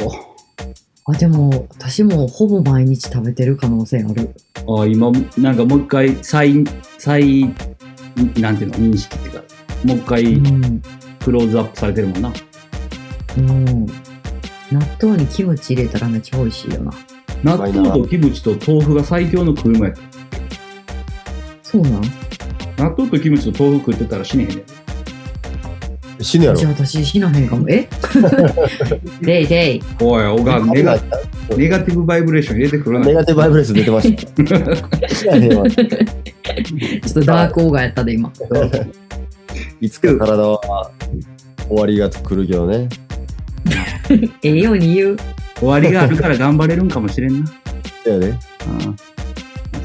S2: あ、でも、私もほぼ毎日食べてる可能性ある。
S3: ああ、今、なんかもう一回、再、再、なんていうの、認識っていうか、もう一
S2: う
S3: 回、
S2: ん。
S3: クローズアップされてるもんな。
S2: うん。納豆にキムチ入れたらめっちゃ美味しいよな。
S3: 納豆とキムチと豆腐が最強の食い物や。
S2: そうなん
S3: 納豆とキムチと豆腐食ってたら死ねへんね
S4: 死ぬやろ
S2: じゃ。あ私死なへんかも。 えデイデイ。
S3: おい、おが、ネ
S4: 危な
S3: ガ
S4: い
S3: ネガティブバイブレーション入れてくる
S4: ネ
S3: な。
S4: ガティブバイブレス出てました。死なへんわ
S2: ちょっとダークオーガーやったで今。
S4: いつか体は終わりが来るけどね。
S2: ええように言う。
S3: 終わりがあるから頑張れるんかもしれんな。
S4: だよね。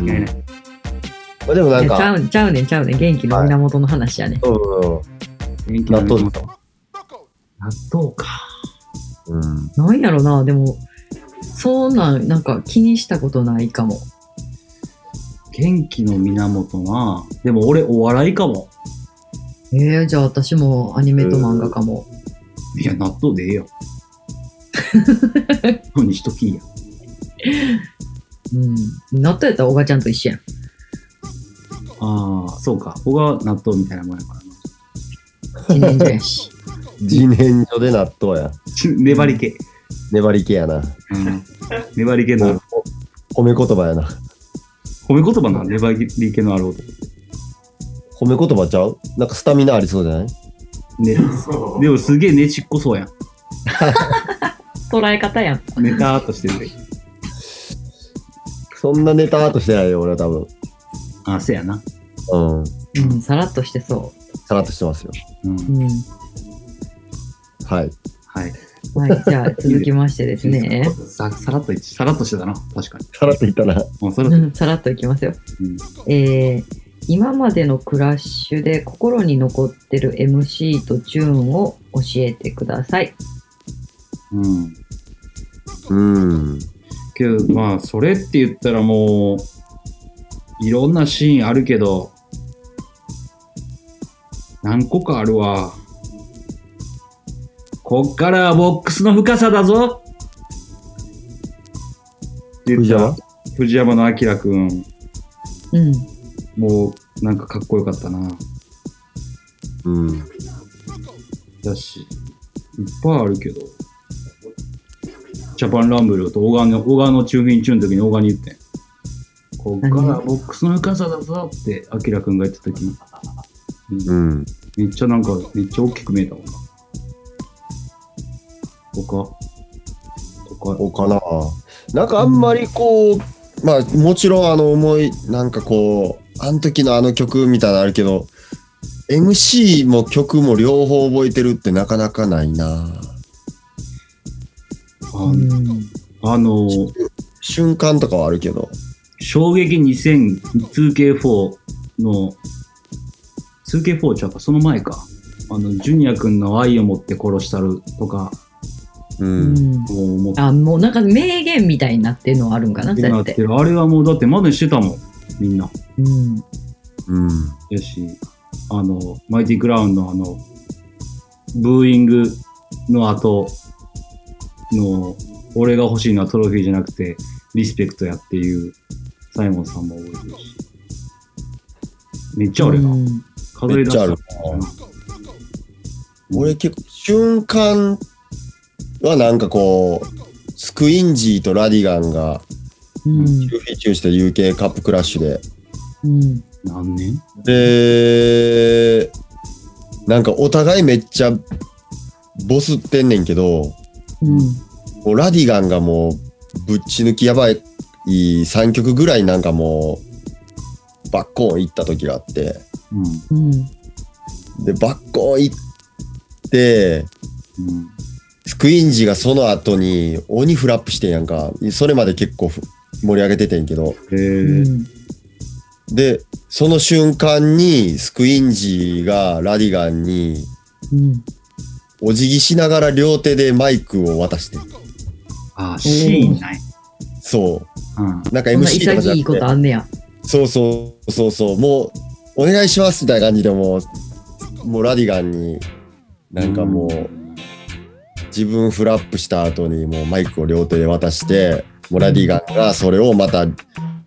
S3: うん間違いない。
S4: まあ、でもなん
S2: いやちゃ
S4: か、
S2: うちゃうねんちゃうねん。元気の源の話やね。
S4: うんうん
S3: 元気
S4: 納
S3: の
S4: 豆
S3: 源納豆か。
S6: うん
S2: なんやろな、でも、そうなん、なんか気にしたことないかも。
S3: 元気の源な。でも俺、お笑いかも。
S2: えー、じゃあ私もアニメと漫画かも。
S3: いや、納豆でええよ。納豆にしときや。
S2: うん。納豆やったらおがちゃんと一緒やん。
S3: ああ、そうか。ここが納豆みたいなもんやからな。
S2: 一年中やし。
S4: 自然薯で納豆や。
S3: ち粘り気。
S4: 粘り気やな。
S3: うん、粘り気のある。
S4: 褒め言葉やな。
S3: 褒め言葉な、粘り気のある男。
S4: 褒め言葉ちゃうなんかスタミナありそうじゃない
S3: ね、
S5: そう
S3: でもすげえねちっこそうやん。
S2: 捉え方やん。
S3: ネターっとしてるで。
S4: そんなネタとしてないよ、俺は多分。
S3: あ、せやな。
S4: うん。
S2: うん、さらっとしてそ
S4: さらっとしてますよ。
S3: うん。
S2: う。うん。
S4: はい。
S3: はい。
S2: はい、じゃあ続きましてですね。
S3: ささらっとい、さらっとしてたな。確かに。
S4: さらっと言ったな。
S3: もうそれ、
S2: うん、さらっといきますよ。
S3: うん
S2: えー今までのクラッシュで心に残ってる MC とチューンを教えてください。
S3: うん。
S4: うん。
S3: けど、まあ、それって言ったらもう、いろんなシーンあるけど、何個かあるわ。こっからはボックスの深さだぞって言っ
S4: 藤
S3: た
S4: 山
S3: 藤山の明君、
S2: うん。
S3: もうなんかかっこよかったな。
S4: うん。
S3: だし、いっぱいあるけど。ジャパンランブルと小川の、小川の中品中の時に小川に言ってん。こっからボックスの深さだぞって、アキラくんが言った時に。
S4: うん。
S3: めっちゃなんか、めっちゃ大きく見えたもんな。他他
S4: おかな。なんかあんまりこう、まあもちろんあの思い、なんかこう、あの時のあの曲みたいなのあるけど、MC も曲も両方覚えてるってなかなかないな。
S3: ああの、
S4: 瞬間とかはあるけど。
S3: 衝撃 2000-2K4 の、2K4 ちゃうか、その前か。あの、ジュニア君の愛を持って殺したるとか、
S4: う。
S2: うんん。
S3: もう思っ
S2: あ、もうなんか名言みたいになってるのはあるんかな、
S3: て
S2: そうや
S3: な
S2: っ
S3: ってて。る。あれはもうだってまだしてたもん、みんな。
S2: うん。
S4: うん。
S3: よし、あの、マイティクラウンのあの、ブーイングの後の、俺が欲しいのはトロフィーじゃなくて、リスペクトやっていう、サイモンさんも覚えてるし。めっちゃあるな。
S2: うん
S3: 数え出した
S4: めっちゃある
S3: うん
S4: 俺結構瞬間はなんかこうスクインジーとラディガンが
S2: うん
S4: フィーチューして UK カップクラッシュで
S2: うん
S3: 何年
S4: でなんかお互いめっちゃボスってんねんけど
S2: うん
S4: もうラディガンがもうぶっち抜きやばい3曲ぐらいなんかもうバッコーンいった時があって
S3: うん。
S2: うん
S4: でバッコーンいって
S3: うん。
S4: スクイーンジがその後に鬼フラップしてんやんか。それまで結構ふ盛り上げててんけど。
S2: う
S3: えー、
S2: ん
S4: で、その瞬間にスクイーンジがラディガンに
S2: うん
S4: お辞儀しながら両手でマイクを渡してん
S3: あー、シーンない。
S4: そ
S3: うん。
S4: う。なんか
S2: そんな
S4: MC とかじゃ
S2: 潔いこと
S4: なく
S2: あんねや
S4: て。そうそうそうそう。もう、お願いしますみたいな感じでもう、もうラディガンになんかもう、自分フラップした後にもうマイクを両手で渡してモラディガンがそれをまた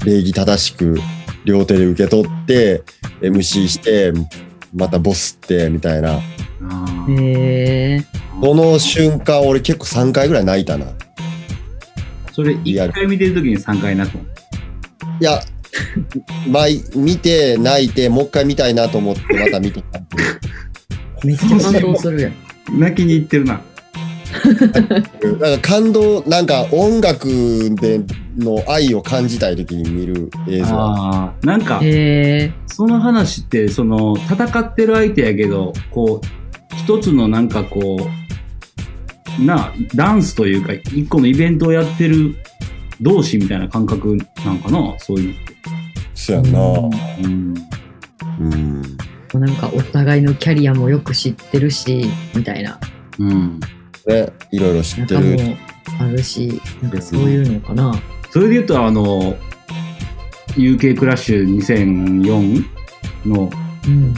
S4: 礼儀正しく両手で受け取って MC してまたボスってみたいな
S3: あー
S2: へえ
S4: その瞬間俺結構3回ぐらい泣いたな
S3: それ、一回見てるときに3回なと思う。
S4: いや毎見て泣いてもう一回見たいなと思ってまた見てたっていう
S2: めっちゃ感動するやん
S3: 泣きに行ってるな。
S4: なんか感動なんか音楽での愛を感じたい時に見る映像
S3: ああ。なんか、
S2: へえ
S3: その話って、その、戦ってる相手やけど、こう、一つのなんかこう、なあ、ダンスというか、一個のイベントをやってる同士みたいな感覚なんかな、そういうのって。
S4: そうやんな
S3: うん。
S4: うん
S2: なんかお互いのキャリアもよく知ってるしみたいな
S3: うん。
S4: ね、いろいろ知って
S2: 仲も
S4: る。
S2: あるしなんかそういうのかな
S3: それで言うと、あの、UK クラッシュ2004の
S2: うん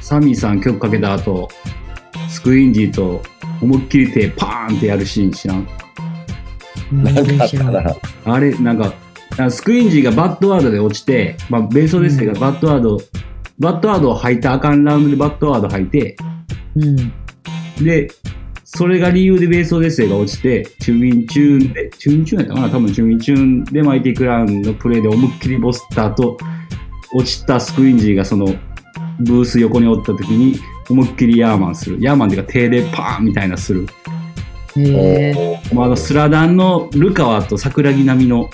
S3: サミーさん曲かけた後、スクイーンジーと思いっきり手パーンってやるシーン知らん
S4: なんかあっ
S2: 知
S4: た
S2: らん
S4: な。
S3: あれ、なんか、あスクイーンジーがバッドワードで落ちて、まあ、ベースですけど、
S2: うん
S3: バッドワード、バッドワードを吐いたあかんラウンドでバッドワード吐いて、
S2: うん
S3: で、それが理由でベースオデッセイが落ちて、チューミンチューンで、チューミンチューンやったかな多分チューミンチューンでマイティクラウンのプレーで思いっきりボスった後、落ちたスクイーンジーがそのブース横におった時に、思いっきりヤーマンする。ヤーマンっていうか手でパーンみたいなする。
S2: へえ
S3: もうあのスラダンのルカワと桜木並みの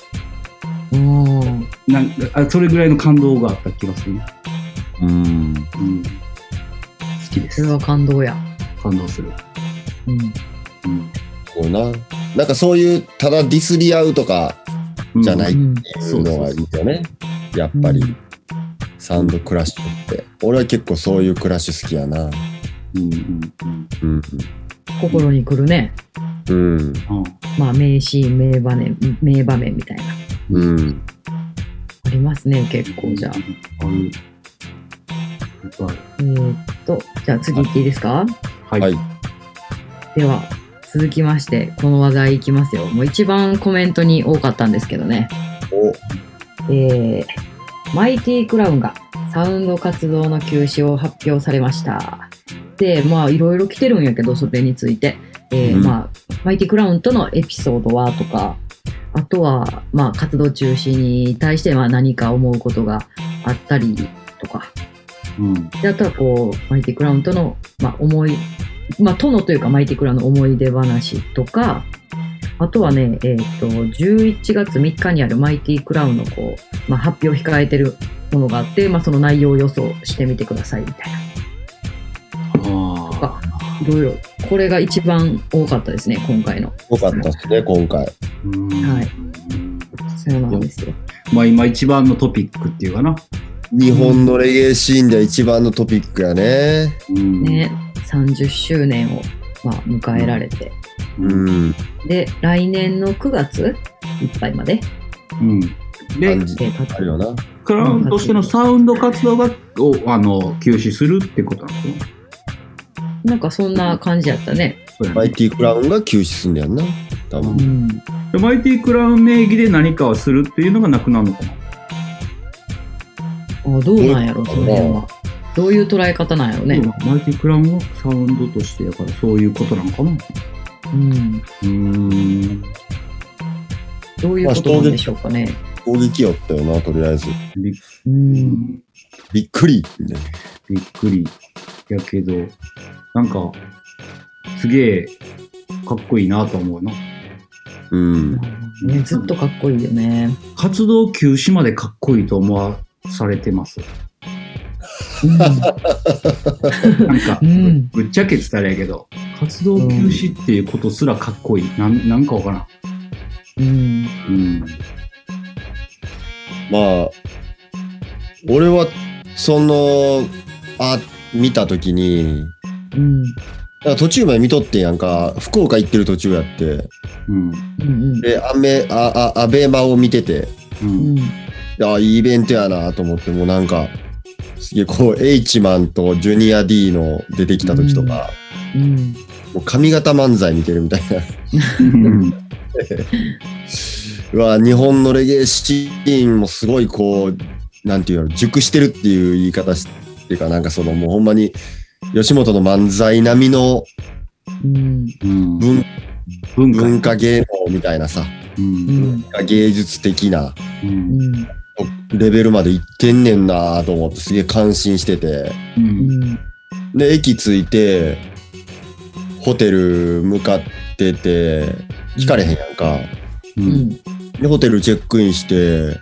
S2: おー
S3: なんかあそれぐらいの感動があった気がするね、
S4: うん。
S3: うん、好きで
S2: そ
S3: す
S2: れは感動や
S3: 感動する、
S2: うん
S3: うん
S4: そうな。なんかそういう、ただディスり合うとか
S3: うん
S4: じゃないっ
S2: うん
S4: ていうのがいいよね。やっぱり、サウンドクラッシュって。俺は結構そういうクラッシュ好きやな。
S3: うんうんうん
S4: うん。
S2: 心にくるね
S4: うん。
S2: まあ名シーン名場面名場面みたいな
S4: うん。
S2: ありますね結構じゃあ
S3: あるいっぱいある
S2: えーっとじゃあ次行っていいですか
S3: はい、
S4: はい
S2: では続きましてこの話題いきますよもう一番コメントに多かったんですけどね
S4: お、
S2: えーマイティクラウンがサウンド活動の休止を発表されました。で、まあ、いろいろ来てるんやけど、それについて。えー
S4: うん
S2: まあ、マイティクラウンとのエピソードはとか、あとは、まあ、活動中止に対して、まあ、何か思うことがあったりとか、
S3: うん
S2: であとはこうマイティクラウンとの、まあ、思い、まあ、殿というかマイティクラウンの思い出話とかあとはね、えー、と11月3日にあるマイティクラウンのこう、まあ、発表を控えてるものがあって、まあ、その内容を予想してみてくださいみたいな
S3: あ
S2: いろいろこれが一番多かったですね今回の
S4: よかったっすね、今回。
S3: ーうん
S2: はいそうなんですよ
S3: まあ今一番のトピックっていうかな、
S4: 日本のレゲエシーンで一番のトピックやね。
S3: うん
S2: ね30周年を、まあ、迎えられて
S4: うん。
S2: で来年の9月いっぱいまで、
S3: うん、で
S4: 感じ
S2: えー活
S4: あるよな。
S3: クラウンとしてのサウンド活動がをあの休止するってことなんですね
S2: なんかそんな感じやったね。
S3: そうや
S4: マ
S3: ね
S4: イティクラウンが休止すんねやんな。多分。
S2: ん。
S3: でマイティクラウン名義で何かをするっていうのがなくなるのかな
S2: あどうなんやろ、その辺は。どういう捉え方なんやろね。
S3: マイティクラウンはサウンドとしてやからそういうことなんかなう
S2: うん。
S3: ーん
S2: どういうことなんでしょうかね。
S4: 攻撃やったよな、とりあえず。
S3: びっ
S2: うん。
S4: びっくり。みたいな
S3: びっくりやけどなんかすげえかっこいいなと思うな
S4: うん。
S2: ね、ずっとかっこいいよ ね。
S3: 活動休止までかっこいいと思わされてますなんか、
S2: うん
S3: ぶっちゃけてたらやけど活動休止っていうことすらかっこいいなんなんかわからん
S2: うん。
S3: うん
S4: まあ、俺は、その、あ、見たときに、
S2: うん。
S4: なんか途中まで見とってんやんか、福岡行ってる途中やって、
S3: うん
S2: うん。
S4: で、アメ、あ、あ、アベマを見てて、
S2: う
S3: う
S2: んん。
S4: であ、いいイベントやなと思って、もうなんか、すげえこう、H マンとジュニア D の出てきた時とか、
S2: うん。
S4: もう髪型漫才見てるみたいな。
S3: うん
S4: うわ、日本のレゲエシーンもすごいこう、なんていうの、熟してるっていう言い方しっていうか、なんかそのもうほんまに、吉本の漫才並みの
S2: うん。
S3: うん
S4: 文
S3: 文化
S4: 文化芸能みたいなさ、
S3: うん
S2: うん。
S4: 芸術的な
S3: うん
S2: うん。
S4: レベルまでいってんねんなと思って、すげえ感心してて。
S3: うん
S4: で、駅着いて、ホテル向かってて、聞かれへんやんか。
S2: う
S3: うん
S2: ん。
S4: で、ホテルチェックインして、
S2: うん。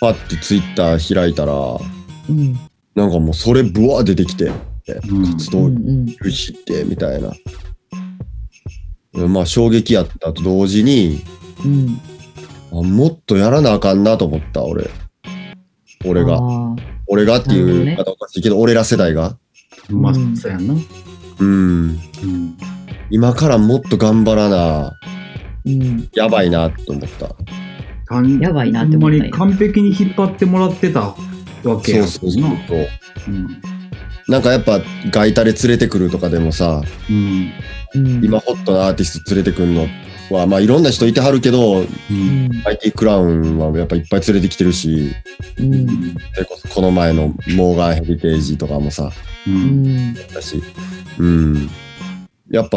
S4: パッてツイッター開いたら、
S2: うん。
S4: なんかもうそれブワー出てきて、活動
S2: うん。
S4: 休止って、みたいな。まあ衝撃やったと同時に、
S2: うん。
S4: あもっとやらなあかんなと思った、俺。俺が。俺がっていう言い方おかしいけど、俺ら世代
S3: う
S4: が。
S3: んまあ
S2: うん
S3: そうやんな
S4: うん。
S3: うん
S4: 今からもっと頑張らな、
S2: うん。
S4: やばいなと思った。
S3: たん
S2: やばいな
S3: ほ
S2: って
S3: ん
S2: 思
S3: ま
S2: った
S3: に完璧に引っ張ってもらってたわけ
S4: そ
S3: や
S4: うそうそう
S3: な
S4: そう。
S3: うん
S4: なんかやっぱ、ガイタレ連れてくるとかでもさ、
S3: うん
S2: うん。
S4: 今ホットなアーティスト連れてくるのは、まあいろんな人いてはるけど、
S3: う
S2: うんん。
S4: IT クラウンはやっぱいっぱい連れてきてるし、
S2: うん。うん。
S4: それこそこの前のモーガンヘリテージとかもさ、
S2: う
S3: う
S2: んん。
S4: だし、うん。やっぱ、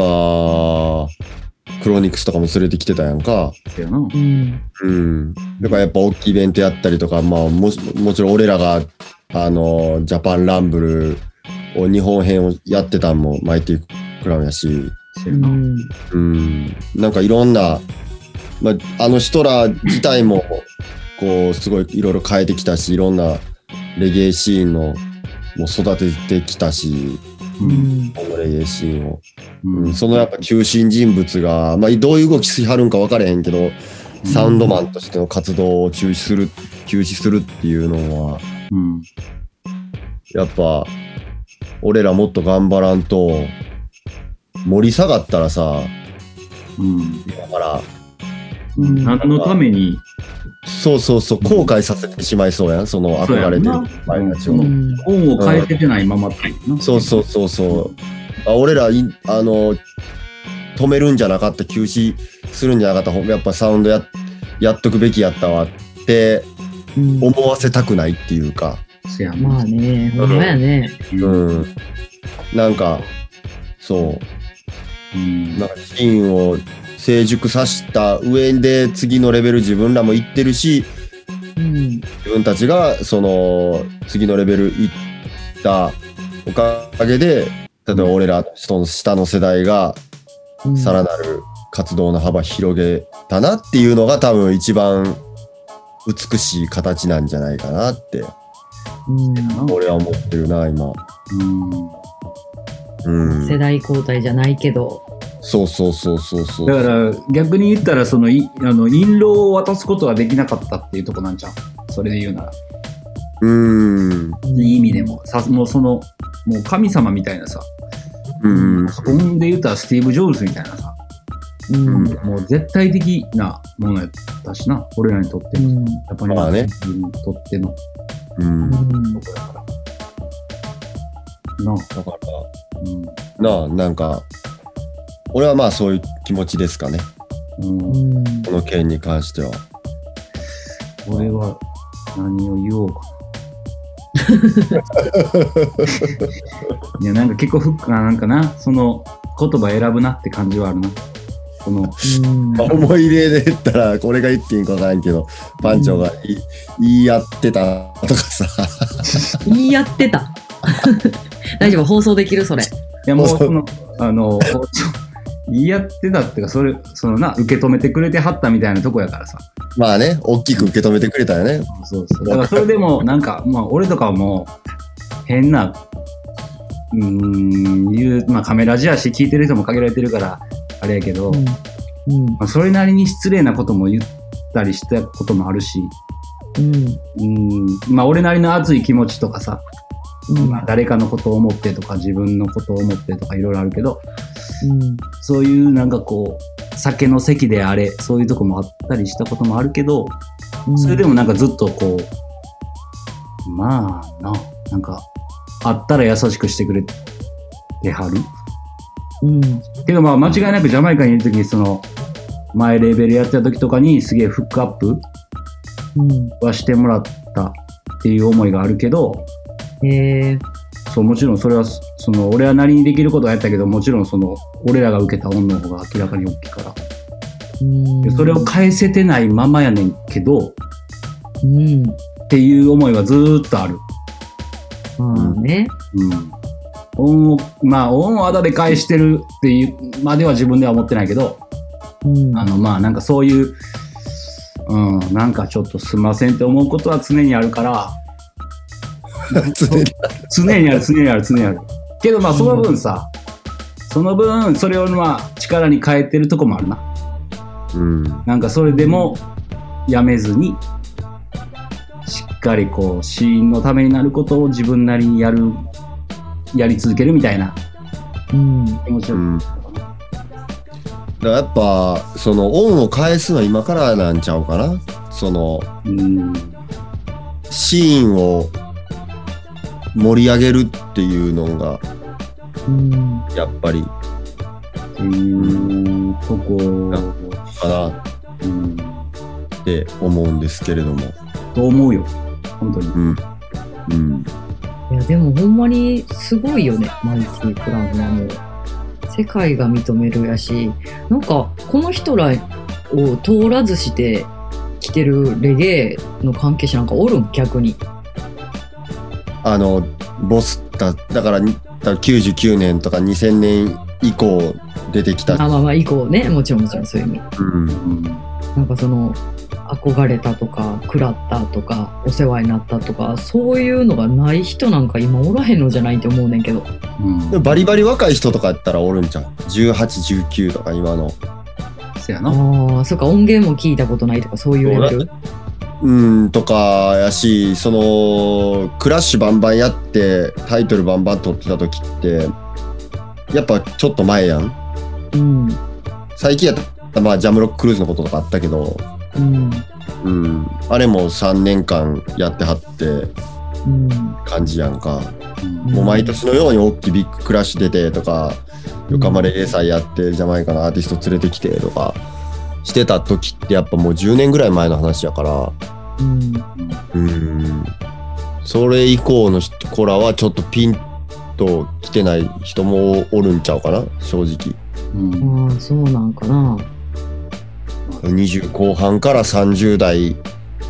S4: クロニクスとかも連れてきてたやんか。
S3: そうやな
S2: うん。
S4: うん。だからやっぱ大きいイベントやったりとか、まあもし、もちろん俺らが、あの、ジャパンランブルを日本編をやってたんもマイティクラウンやし、
S3: そうやな
S4: うん、なんかいろんな、まあ、あの人ら自体もこうすごいいろいろ変えてきたしいろんなレゲエシーンのもう育ててきたし
S3: うん
S4: このレゲエシーンを、
S3: う
S4: うんんそのやっぱ中心人物が、まあ、どういう動きしはるんか分からへんけどサウンドマンとしての活動を中止する休止するっていうのは
S3: うん
S4: やっぱ俺らもっと頑張らんと盛り下がったらさ
S3: うん
S4: 今から
S3: うん何のために
S4: そうそうそう、後悔させてしまいそうやん、その憧れてる前たちを
S3: そう。本を変えててないままっていうな
S4: そうそうそうそう。あ俺らい、あの、止めるんじゃなかった、休止するんじゃなかった、ほんやっぱサウンドややっとくべきやったわって
S2: うん。
S4: 思わせたくないっていうか、
S3: そうやな
S2: まあね、ほんまやね。
S4: うん。なんか、そう、
S3: うん
S4: なんかシーンを成熟させた上で次のレベル自分らも行ってるし、
S2: うん。
S4: 自分たちがその次のレベル行ったおかげで例えば俺ら人の下の世代が
S2: うん
S4: さらなる活動の幅広げたなっていうのが多分一番美しい形なんじゃないかなって
S2: う。
S4: 俺は思ってるな今。
S3: うん
S4: うんん
S2: 世、代交代じゃないけど。
S4: そうそうそうそうそう。
S3: だから逆に言ったらそのいあの印籠を渡すことができなかったっていうとこなんじゃんそれで言うなら
S4: うん
S3: いい意味でもさもうそのもう神様みたいなさ
S4: うん
S3: パソコンで言うたらスティーブ・ジョブズみたいなさ
S2: うん。
S3: もう絶対的なものやったしな俺らにとって
S2: う
S3: の、
S2: ん。
S3: やっぱり
S4: まあね
S3: にとってのこ
S4: うん。
S2: うん。
S3: とやからなあ
S4: だから
S3: うん
S4: なあなんか俺はまあそういう気持ちですかね
S3: うん
S2: うん。
S4: この件に関しては。
S3: 俺は何を言おうかいや、なんか結構フックがなんかな、その言葉選ぶなって感じはあるな。その、
S2: うん
S4: まあ思い入れで言ったら、これが言っていいんかわからんけど、番長がい言い合ってたとかさ、
S2: 言い合ってた。大丈夫、放送できるそれ。
S3: い やもう
S4: そう
S3: その、あの、 ちょ言い合ってたっていうか、それ、そのな、受け止めてくれてはったみたいなとこやからさ。
S4: まあね、大きく受け止めてくれたよね。
S3: そうそう。だからそれでも、なんか、まあ、俺とかはもう、変な、うーん、言う、まあ、カメラジやし、聞いてる人も限られてるから、あれやけど、ま
S2: うん。
S3: あ、それなりに失礼なことも言ったりしたこともあるし、
S2: うん。
S3: うーん、まあ、俺なりの熱い気持ちとかさ、
S2: うん。
S3: まあ、誰かのことを思ってとか、自分のことを思ってとか、いろいろあるけど、
S2: うん。
S3: そういうなんかこう、酒の席であれ、そういうとこもあったりしたこともあるけど、
S2: うん
S3: それでもなんかずっとこう、まあな、なんか、あったら優しくしてくれてはる。
S2: うん。
S3: けどまあ間違いなくジャマイカにいるとき、その、前レーベルやってた時とかにすげえフックアップ
S2: うん。
S3: はしてもらったっていう思いがあるけど、
S2: えー、
S3: そう、もちろんそれは、その、俺は何にできることはやったけど、もちろんその、俺らが受けた恩の方が明らかに大きいから。
S2: うん
S3: でそれを返せてないままやねんけど、
S2: うん。
S3: っていう思いはずーっとある。
S2: まあね。
S3: うん。恩を、まあ、恩をあだで返してるっていうまでは自分では思ってないけど、
S2: うん。
S3: あの、まあ、なんかそういう、うん、なんかちょっとすんませんって思うことは常にあるから、
S4: 常に
S3: 常にある、常にある、常にある。けど、まあ、その分さ、その分、それをまあ、力に変えてるとこもあるな。
S4: うん。
S3: なんかそれでも、やめずに、しっかりこう、死因のためになることを自分なりにやる、やり続けるみたいな
S2: うん。
S3: 気持ち
S4: う
S3: を
S4: ん。だからやっぱ、その、恩を返すのは今からなんちゃうかな。その、
S3: うん
S4: シーンを盛り上げるっていうのが、
S2: うん。
S4: やっぱり、
S3: っていうとこ
S4: かな
S3: うん、
S4: って思うんですけれども。
S3: と思うよ本当に
S4: うん。うん。
S2: いや、でもほんまにすごいよね、マルティ・クラウンはもう。世界が認めるやし、なんかこの人らを通らずして来てるレゲエの関係者なんかおるん逆に。
S4: あの、ボスだ、だから、にだから99年とか2000年以降出てき
S2: あ
S4: た。
S2: まあまあ以降ね、もちろんもちろんそういう意味。
S4: うん。
S3: うん
S2: なんかその、憧れたとか、食らったとか、お世話になったとか、そういうのがない人なんか今おらへんのじゃないって思うねんけど。
S3: うん
S4: でもバリバリ若い人とかやったらおるんちゃう ?18、19とか今の。
S3: せやな
S2: ああ、そっか、音源も聞いたことないとか、そういうレベル。
S4: うん、とかやし、その、クラッシュバンバンやって、タイトルバンバン取ってた時って、やっぱちょっと前やん。
S2: うん。
S4: 最近やったら、まあ、ジャムロッククルーズのこととかあったけど、
S2: うん。
S4: うん、あれも3年間やってはって
S2: うん。
S4: 感じやんか。
S3: うん
S4: もう毎年のように大きいビッグクラッシュ出てとか、横浜レーサーやって、ジャマイカのアーティスト連れてきてとか、してた時ってやっぱもう10年ぐらい前の話やから、
S2: うん。
S4: うんそれ以降の人子らはちょっとピンと来てない人もおるんちゃうかな正直
S3: うん
S2: ああそうなんかな
S4: 20後半から30代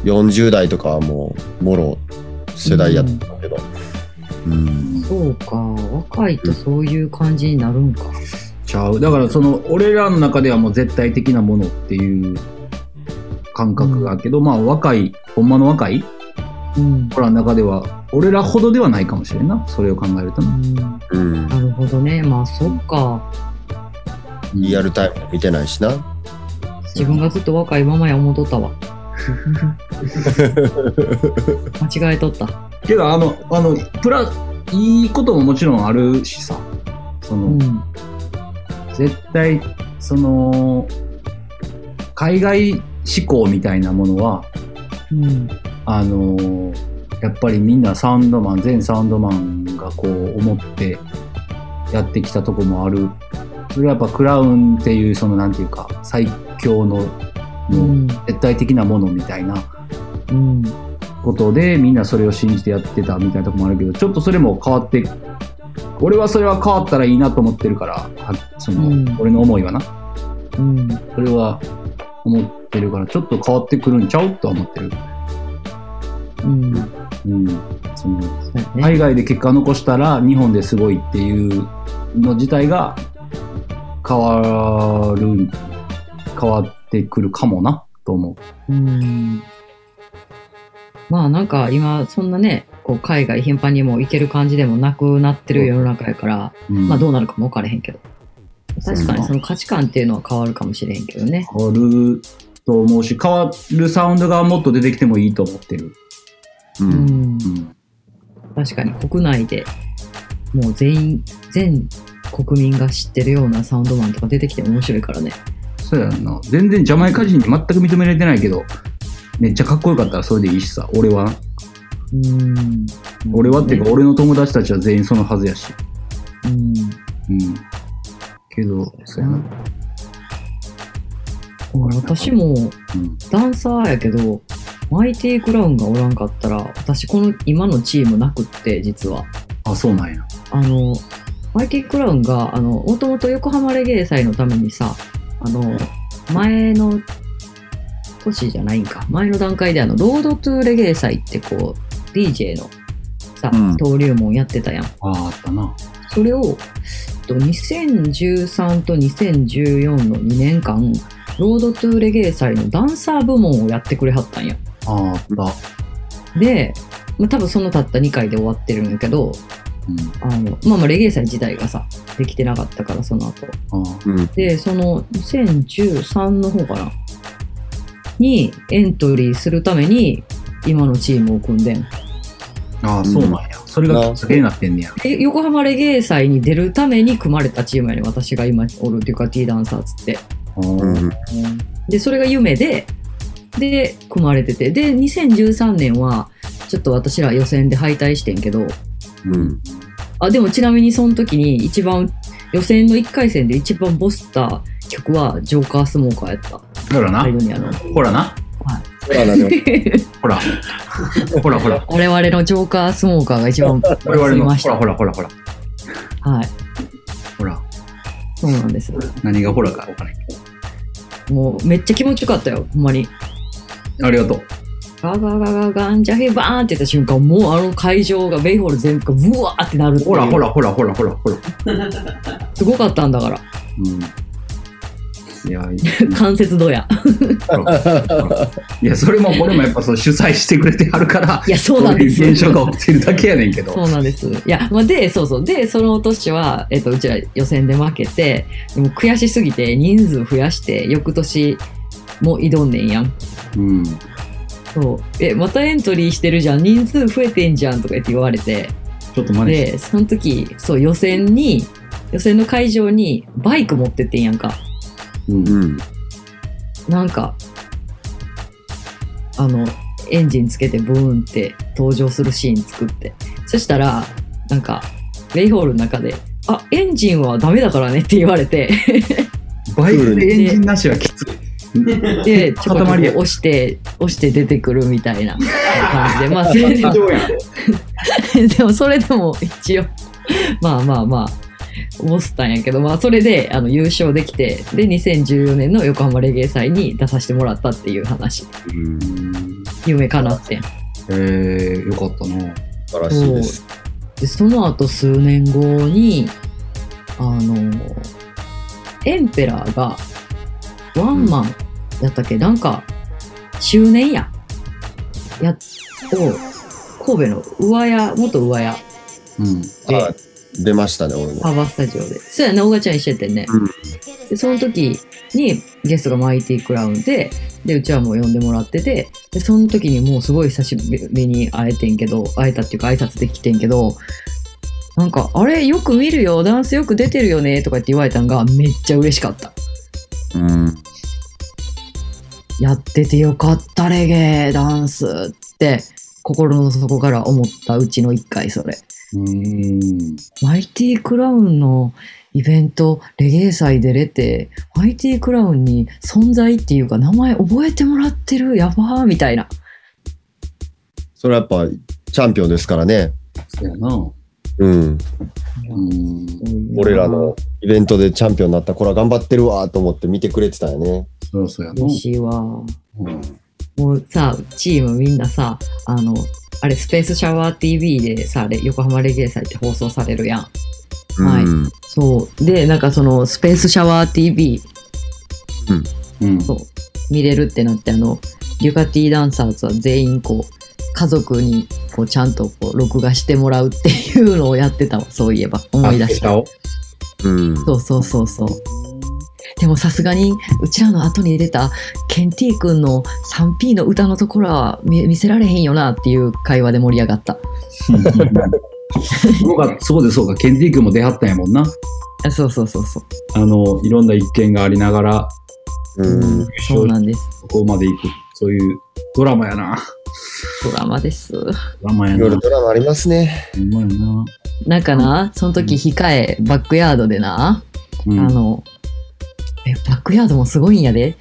S4: 40代とかはもうもろ世代やったけどうん
S2: そうか若いとそういう感じになるんか
S3: ちゃうだからその俺らの中ではもう絶対的なものっていう感覚があるけど、まあ若いほんまの若い
S2: うん、
S3: 子らの中では俺らほどではないかもしれんなそれを考えると
S2: う
S3: な、
S2: ん、な
S4: うん
S2: るほどねまあそっか
S4: リアルタイムで見てないしな
S2: 自分がずっと若いままや戻ったわ間違えとった
S3: けどあのあのプラいいことももちろんあるしさその、
S2: うん
S3: 絶対その海外志向みたいなものは
S2: うん
S3: あのやっぱりみんなサウンドマン全サウンドマンがこう思ってやってきたとこもあるそれはやっぱクラウンっていうそのなんていうか最強
S2: う
S3: のもうん絶対的なものみたいな
S2: うん
S3: ことでみんなそれを信じてやってたみたいなとこもあるけどちょっとそれも変わって俺はそれは変わったらいいなと思ってるからはその、
S2: うん
S3: 俺の思いはな
S2: うん。
S3: それは思ってるからちょっと変わってくるんちゃうとは思ってる、
S2: うん。
S3: うん、その
S2: そうやね。
S3: 海外で結果残したら日本ですごいっていうの自体が変わる変わってくるかもなと思う。
S2: うん。まあなんか今、そんなね、こう海外頻繁にも行ける感じでもなくなってる世の中やから、
S3: うん
S2: まあどうなるかも分からへんけど。
S3: そう
S2: 確かにその価値観っていうのは変わるかもしれへんけどね。
S3: 変わると思うし変わるサウンドがもっと出てきてもいいと思ってる。
S4: う。
S2: うんん。
S3: うん
S2: 確かに国内でもう全員、全国民が知ってるようなサウンドマンとか出てきても面白いからね。
S3: そうやんな全然ジャマイカ人に全く認められてないけどめっちゃかっこよかったらそれでいいしさ俺はな
S2: うん。
S3: 俺はっていうか
S2: ね
S3: 俺の友達たちは全員そのはずやし。
S2: うん。
S3: うん、けどそうやな。
S2: 私も
S3: うん
S2: ダンサーやけど、マイティクラウンがおらんかったら、私この今のチームなくって、実は。
S3: あそうなんや。
S2: あの、マイティクラウンが、あの、もともと横浜レゲエ祭のためにさ、あの、前の年じゃないんか、前の段階であの、ロードトゥレゲエ祭ってこう、DJ のさ、
S4: うん
S2: 登竜門やってたやん。
S3: あああったな。
S2: それを、えっと2013と2014の2年間、ロードトゥレゲエ祭のダンサー部門をやってくれはったんよ。
S3: あああった。
S2: で、まあ、多分そのたった2回で終わってるんやけど、
S3: うん
S2: あの、まあまあレゲエ祭自体がさ、できてなかったから、その後。
S3: あ
S4: うん。
S2: で、その2013の方かな、にエントリーするために、今のチームを組んでん
S3: ああ、そうなんや。それがきっかけになってんねや。
S2: で横浜レゲエ祭に出るために組まれたチームやねん私が今おるデュカティダンサーっつって。
S3: あー
S4: うん。
S2: でそれが夢でで組まれててで2013年はちょっと私ら予選で敗退してんけど
S4: うん。
S2: あでもちなみにその時に一番予選の1回戦で一番ボスった曲はジョーカースモーカーやった
S3: ほらな
S2: アイ。ドニアの
S3: ほらな。
S4: ほらな、でも。
S3: ほら。ほらほら。
S2: 我々のジョーカースモーカーが一番ボス
S3: 我々
S2: り
S3: の。
S2: まし
S3: ほ
S2: た
S3: らほらほらほら。
S2: はい
S3: ほら。
S2: そうなんです
S3: 何がほらかわからへん。
S2: もうめっちゃ気持ちよかったよほんまに
S3: ありがとう。
S2: ガガガガガンジャヘバーンって言った瞬間もうあの会場がベイホール全部がブワーってなるっていう
S3: ほらほらほらほらほらほら。
S2: すごかったんだから
S3: うん。いや、いい
S2: 関節どや
S3: ほらほらいや、それもこれもやっぱそう主催してくれてはるから、
S2: いやそ
S3: そう
S2: なん
S3: うい
S2: です
S3: う現象が起きてるだけやねんけ
S2: そ
S3: ど。
S2: うなんです。いや、まあ、で、そうそう。で、その年は、えっと、うちら予選で負けて、でも悔しすぎて人数増やして、翌年も挑んねんやん。
S3: うん。
S2: そう。え、またエントリーしてるじゃん。人数増えてんじゃんとか言って言われて。
S3: ちょっと真似して。
S2: で、その時、そう、予選に、予選の会場にバイク持ってってんやんか。
S3: うん
S4: うん。
S2: なんか、あの、エンジンつけてブーンって登場するシーン作って。そしたら、なんか、ウェイホールの中で、あ、エンジンはダメだからねって言われて、
S3: バイクでエンジンなしはきつい。
S2: で、ちょこちょこ
S3: 塊や
S2: 押して、押して出てくるみたいな感じで、まあ、それでも
S3: 上位で。
S2: でもそれでも一応まあまあまあ思ってたんやけど、まあ、それであの優勝できてで2014年の横浜レゲエ祭に出させてもらったっていう話
S3: うん
S2: 夢かなってん
S3: えー、よかったな。
S4: 素晴らしいです。
S2: でその後数年後にあのエンペラーがワンマンやったっけ、なんか周年ややを神戸の上屋元上屋
S3: うん。
S2: で
S4: あ、出ましたね、俺も。
S2: パワースタジオでそうやね大賀ちゃん一緒やってんね、
S4: うん
S2: でその時にゲストがマイティクラウンででうちはもう呼んでもらっててでその時にもうすごい久しぶりに会えてんけど会えたっていうか挨拶できてんけどなんか「あれよく見るよダンスよく出てるよね」とかって言われたんがめっちゃ嬉しかった
S4: うん。
S2: やっててよかったレゲエダンスって心の底から思ったうちの一回それ
S3: うん。
S2: マイティクラウンのイベント、レゲエ祭で出て、マイティクラウンに存在っていうか名前覚えてもらってる、やばーみたいな。
S4: それはやっぱチャンピオンですからね。
S3: そうやな。
S4: うん。
S3: うん。
S4: 俺らのイベントでチャンピオンになった子ら頑張ってるわと思って見てくれてたよね。
S3: そうそうやな
S2: 嬉。しいわ。
S3: うん
S2: もうさ、チームみんなさ、あの、あれ、スペースシャワー TV でさ、レ横浜レゲエ祭って放送されるやん。はい
S4: うん
S2: そう。で、なんかその、スペースシャワー TV
S3: うん。
S2: そう見れるってなって、あの、デュカティダンサーズは全員こう、家族にこうちゃんとこう録画してもらうっていうのをやってたわ、そういえば。思い出した。
S3: あ
S4: うん。
S2: そうそうそうそう。でもさすがに、うちらの後に出たケンティー君の 3P の歌のところは見見せられへんよなっていう会話で盛り上がった。
S3: そうか、そうでそうか、ケンティー君も出はったんやもんな。
S2: あそうそうそうそう。
S3: あの、いろんな一見がありながら、
S4: うん。
S2: そうなんです。
S3: ここまで行く。そういうドラマやな。
S2: ドラマです。
S3: ドラマや
S4: い
S3: な。
S4: ろい
S3: ほ
S4: ろドラマありますね。
S3: んまやな。
S2: なんかな、その時控え、バックヤードでな、
S3: う
S2: あ
S3: ん。
S2: の、え、バックヤードもすごいんやで。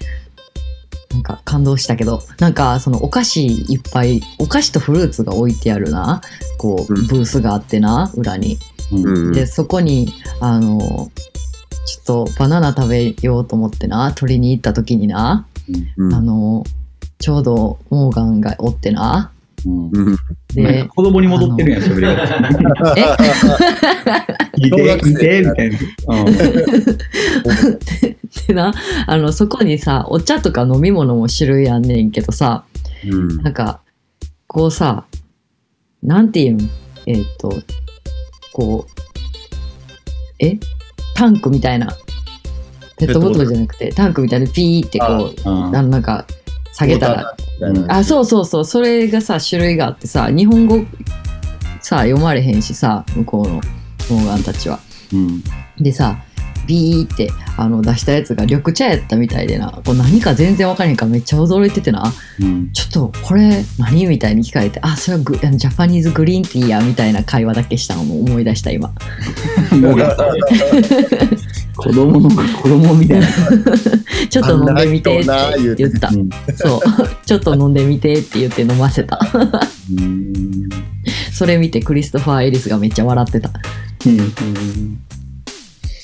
S2: なんか感動したけど、なんかそのお菓子いっぱい、お菓子とフルーツが置いてあるな、こう、
S4: うん
S2: ブースがあってな、裏に。
S3: うん。
S4: うん。
S2: で、そこに、あの、ちょっとバナナ食べようと思ってな、取りに行った時にな、
S4: うん
S2: あの、ちょうどモーガンがおってな、
S3: うん
S4: うん
S3: なん
S2: で
S3: か、子供に戻ってるやん、喋り方。聞い
S4: 小学
S3: て、
S4: 生
S3: 聞いて、みたいな。うん
S2: でな、あの、そこにさ、お茶とか飲み物も種類あんねんけどさ、
S4: うん
S2: なんか、こうさ、なんていうん、えーっ、と、こう、えタンクみたいな、ペットボトルじゃなくて、タンクみたいなピーってこう、
S3: うん
S2: あのなんか、下げたら、
S4: うん
S2: あそうそうそうそれがさ種類があってさ日本語さ読まれへんしさ向こうのモーガンたちは。
S3: うん。
S2: でさビーってあの出したやつが緑茶やったみたいでなこう何か全然分からへんからめっちゃ驚いててな
S3: うん。
S2: ちょっとこれ何みたいに聞かれてあそれはグジャパニーズグリーンティーやみたいな会話だけしたのも思い出した今
S3: もうや った子供の、子供みたいな。
S2: ちょっと飲んでみてって
S4: あんな人な
S2: 言った
S3: うん
S2: そう ちょっと飲んでみてって言って飲ませた
S3: うん。
S2: それ見てクリストファー・エリスがめっちゃ笑ってた
S3: うん。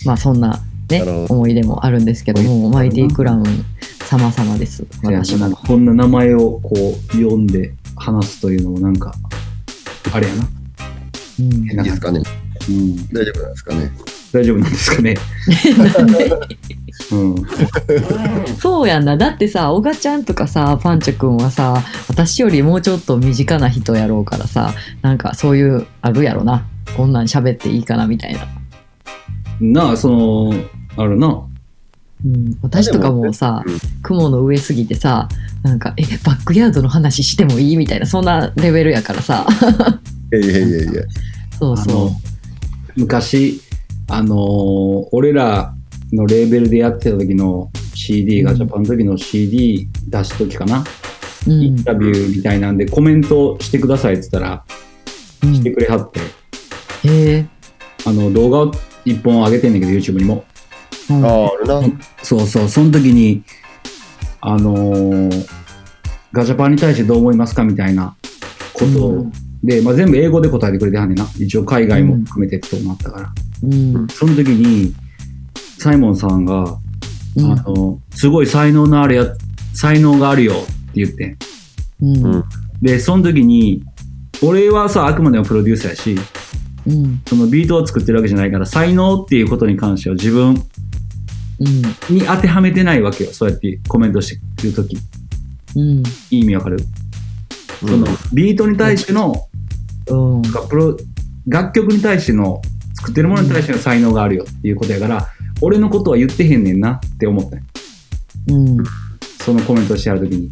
S2: まあそんなね
S4: なるほど
S2: 思い出もあるんですけどもうマイティクラウン様々です私
S3: なん
S2: も
S3: かこんな名前をこう読んで話すというのもなんかあれやな
S2: うん
S3: 変な
S4: で
S3: 感
S4: すかね。
S3: じ、うん、
S4: 大丈夫なんですかね。
S3: 大丈夫なんですかねうん
S2: そうやんなだってさ小賀ちゃんとかさパンチョくんはさ私よりもうちょっと身近な人やろうからさなんかそういうあるやろなこんなん喋っていいかなみたいな、
S3: なあそのあるな
S2: うん、私とかもさ
S4: うん
S2: 雲の上すぎてさなんかえバックヤードの話してもいいみたいなそんなレベルやから さ
S4: いやいやいやいや。
S2: そう
S3: あ
S2: そう
S3: の昔あのー俺らのレーベルでやってた時の CD が、
S2: うん
S3: ジャパンの時の CD 出す時かな、
S2: う
S3: イン
S2: ん
S3: タビューみたいなんでコメントしてくださいって言ったら
S2: うん
S3: して
S2: へ
S3: くれはって、
S2: え
S3: あの動画を1本上げてんねんけど YouTube にも
S2: うん
S4: ああ、あるな。
S3: そうそう、その時に、あのーガジャパンに対してどう思いますかみたいなことを、
S2: うん
S3: で、まあ、全部英語で答えてくれてはんねんな。一応海外も含めてってこともあったから。
S2: うん
S3: その時に、サイモンさんが、
S2: う
S3: あ
S2: ん
S3: の、すごい才能のあるや、才能があるよって言ってん。
S2: うん
S4: うん
S3: で、その時に、俺はさ、あくまでもプロデューサーやし、
S2: うん
S3: そのビートを作ってるわけじゃないから、才能っていうことに関しては自分
S2: うん
S3: に当てはめてないわけよ。そうやってコメントしてる時。
S2: うん
S3: いい意味わかる
S4: うん
S3: そのビートに対しての、
S2: うん
S3: なんかプロ楽曲に対しての作ってるものに対しての才能があるよっていうことやから、俺のことは言ってへんねんなって思ったんよ
S2: うん
S3: そのコメントをしてやるときに、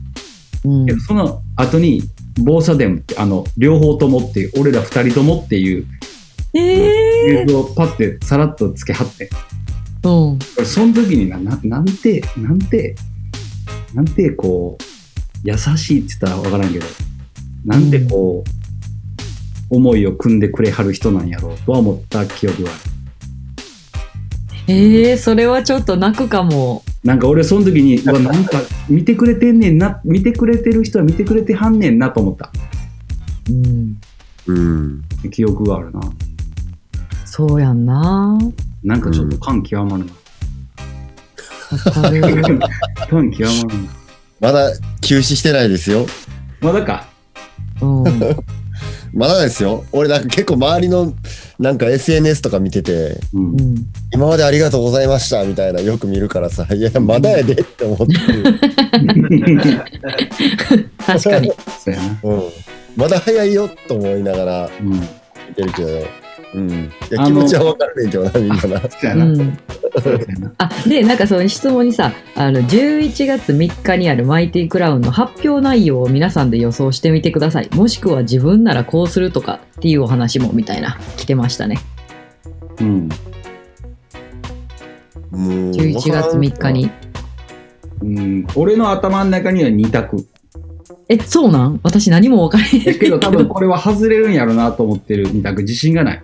S2: うん
S3: けどその後に「ボーサデム」ってあの両方ともっていう俺ら二人ともっていう
S2: え
S3: 映像をパッてさらっとつけはって
S2: うん
S3: 俺その時になななんてなんてなんてこう優しいって言ったら分からんけどなんてこう、思いを組んでくれはる人なんやろうとは思った記憶はある
S2: えー、それはちょっと泣くかも。
S3: なんか俺その時にうわなんか見てくれてんねんな見てくれてる人は見てくれてはんねんなと思った
S2: うん。
S4: うん。
S3: 記憶があるな。
S2: そうやんな。
S3: なんかちょっと感極まるな。
S2: わかる。
S3: 感極まるな。
S4: まだ休止してないですよ。
S3: まだか。
S2: うん。
S4: まだですよ。俺なんか結構周りのなんか SNS とか見てて、
S3: うん
S2: う。ん。
S4: 今までありがとうございましたみたいなよく見るからさ、いや、まだやでって思ってる。
S2: 確かに。
S3: そうやな。
S4: うん。まだ早いよと思いながら
S3: うん。
S4: 見てるけど、うん。い
S3: あ
S4: や、
S3: の
S4: 気持ちはわからねえけどな、みんなな。
S3: そうや
S2: う
S3: な。
S2: ん。
S3: そうやな。
S2: あ、で、なんかその質問にさ、あの、11月3日にあるマイティクラウンの発表内容を皆さんで予想してみてください。もしくは自分ならこうするとかっていうお話もみたいな、来てましたね。
S3: うん。
S4: うん
S2: 11月3日。に。
S3: うん、俺の頭の中には2択。
S2: え、そうなん私何も分かれへん
S3: だ けど多分これは外れるんやろなと思ってる2択。自信がない。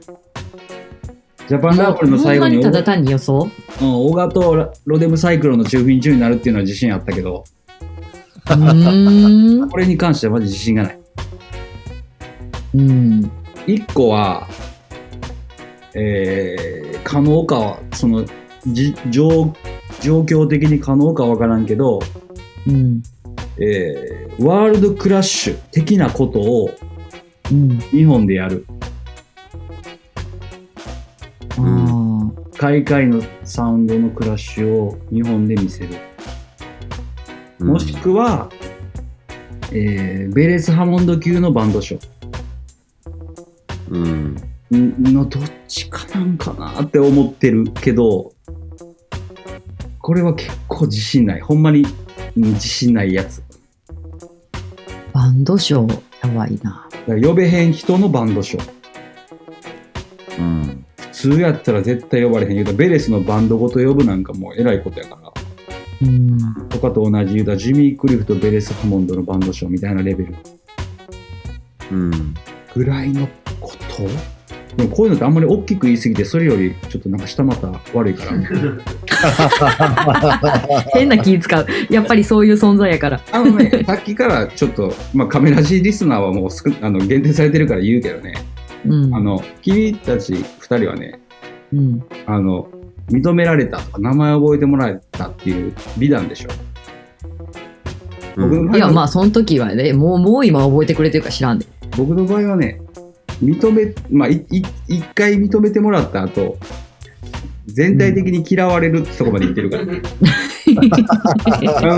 S3: ジャパンラフルの最後
S2: ほんま
S3: に
S2: に
S3: オ
S2: た
S3: ガ
S2: だ単に予 想
S3: うんオガとロロデムサイクロンの中品中になるっていうのは自信あったけど、
S2: うーん。
S3: これに関してはマジ自信がない。
S2: うん。
S3: 1個は、えー、可能かは、その、じ状状況的に可能かわからんけど、
S2: うん。
S3: えー、ワールドクラッシュ的なことを
S2: うん。
S3: 日本でやる。
S2: ああ。
S3: 海外のサウンドのクラッシュを日本で見せる。
S4: うん
S3: もしくは、えーベレス・ハモンド級のバンドショ
S4: うん。
S3: ーんのどっちかなんかなって思ってるけど、これは結構自信ない。ほんまにうん自信ないやつ。
S2: バンドショー、やばいな。
S3: だから呼べへん人のバンドショー。
S4: うん。
S3: 普通やったら絶対呼ばれへんけど、ベレスのバンドごと呼ぶなんかもうえらいことやから。
S2: うん。
S3: とかと同じ言うたらジミー・クリフとベレス・ハモンドのバンドショーみたいなレベル。
S4: うん。
S3: ぐらいのことでもこういうのってあんまり大きく言いすぎてそれよりちょっとなんか下また悪いから
S2: 変な気使う。やっぱりそういう存在やから。
S3: あのねさっきからちょっと、まあ、カメラ G リスナーはもう少あの限定されてるから言うけどね
S2: うん。
S3: あの君たち2人はね
S2: うん。
S3: あの認められたとか名前覚えてもらえたっていう美談でしょ、僕の場合はい
S2: や、まあ、その時はね、もう、もう今覚えてくれてるか知らんで。
S3: 僕の場合はね認めまあいい一回認めてもらった後全体的に嫌われるってとこまでいってるから、あ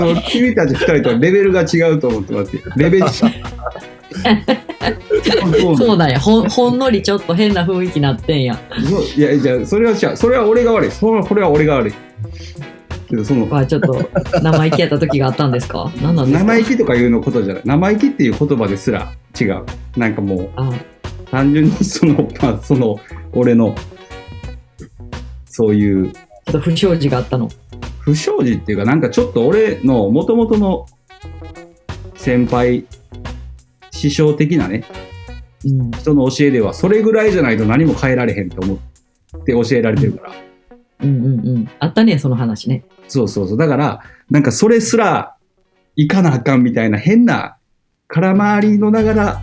S3: の君たち二人とはレベルが違うと思ってもらっていいレベルそう
S2: そうなんや。ほん、ほんのりちょっと変な雰囲気なってんや。
S3: そういやじゃあそれは違うそれは俺が悪いそれはこれは俺が悪いけどその
S2: まあ、ちょっと、生意気やった時があったんですか何なんですか
S3: 生意気とかいうのことじゃない生意気っていう言葉ですら違うなんかもう
S2: あ
S3: 単純にその、まあ、その俺のそういう
S2: ちょっと不祥事があったの。
S3: 不祥事っていうかなんかちょっと俺のもともとの先輩師匠的なね
S2: うん。
S3: 人の教えではそれぐらいじゃないと何も変えられへんと思って教えられてるから、
S2: うんうんうん。あったね、その話 ね。
S3: そうそうそうだからなんかそれすらいかなあかんみたいな変な空回りのながら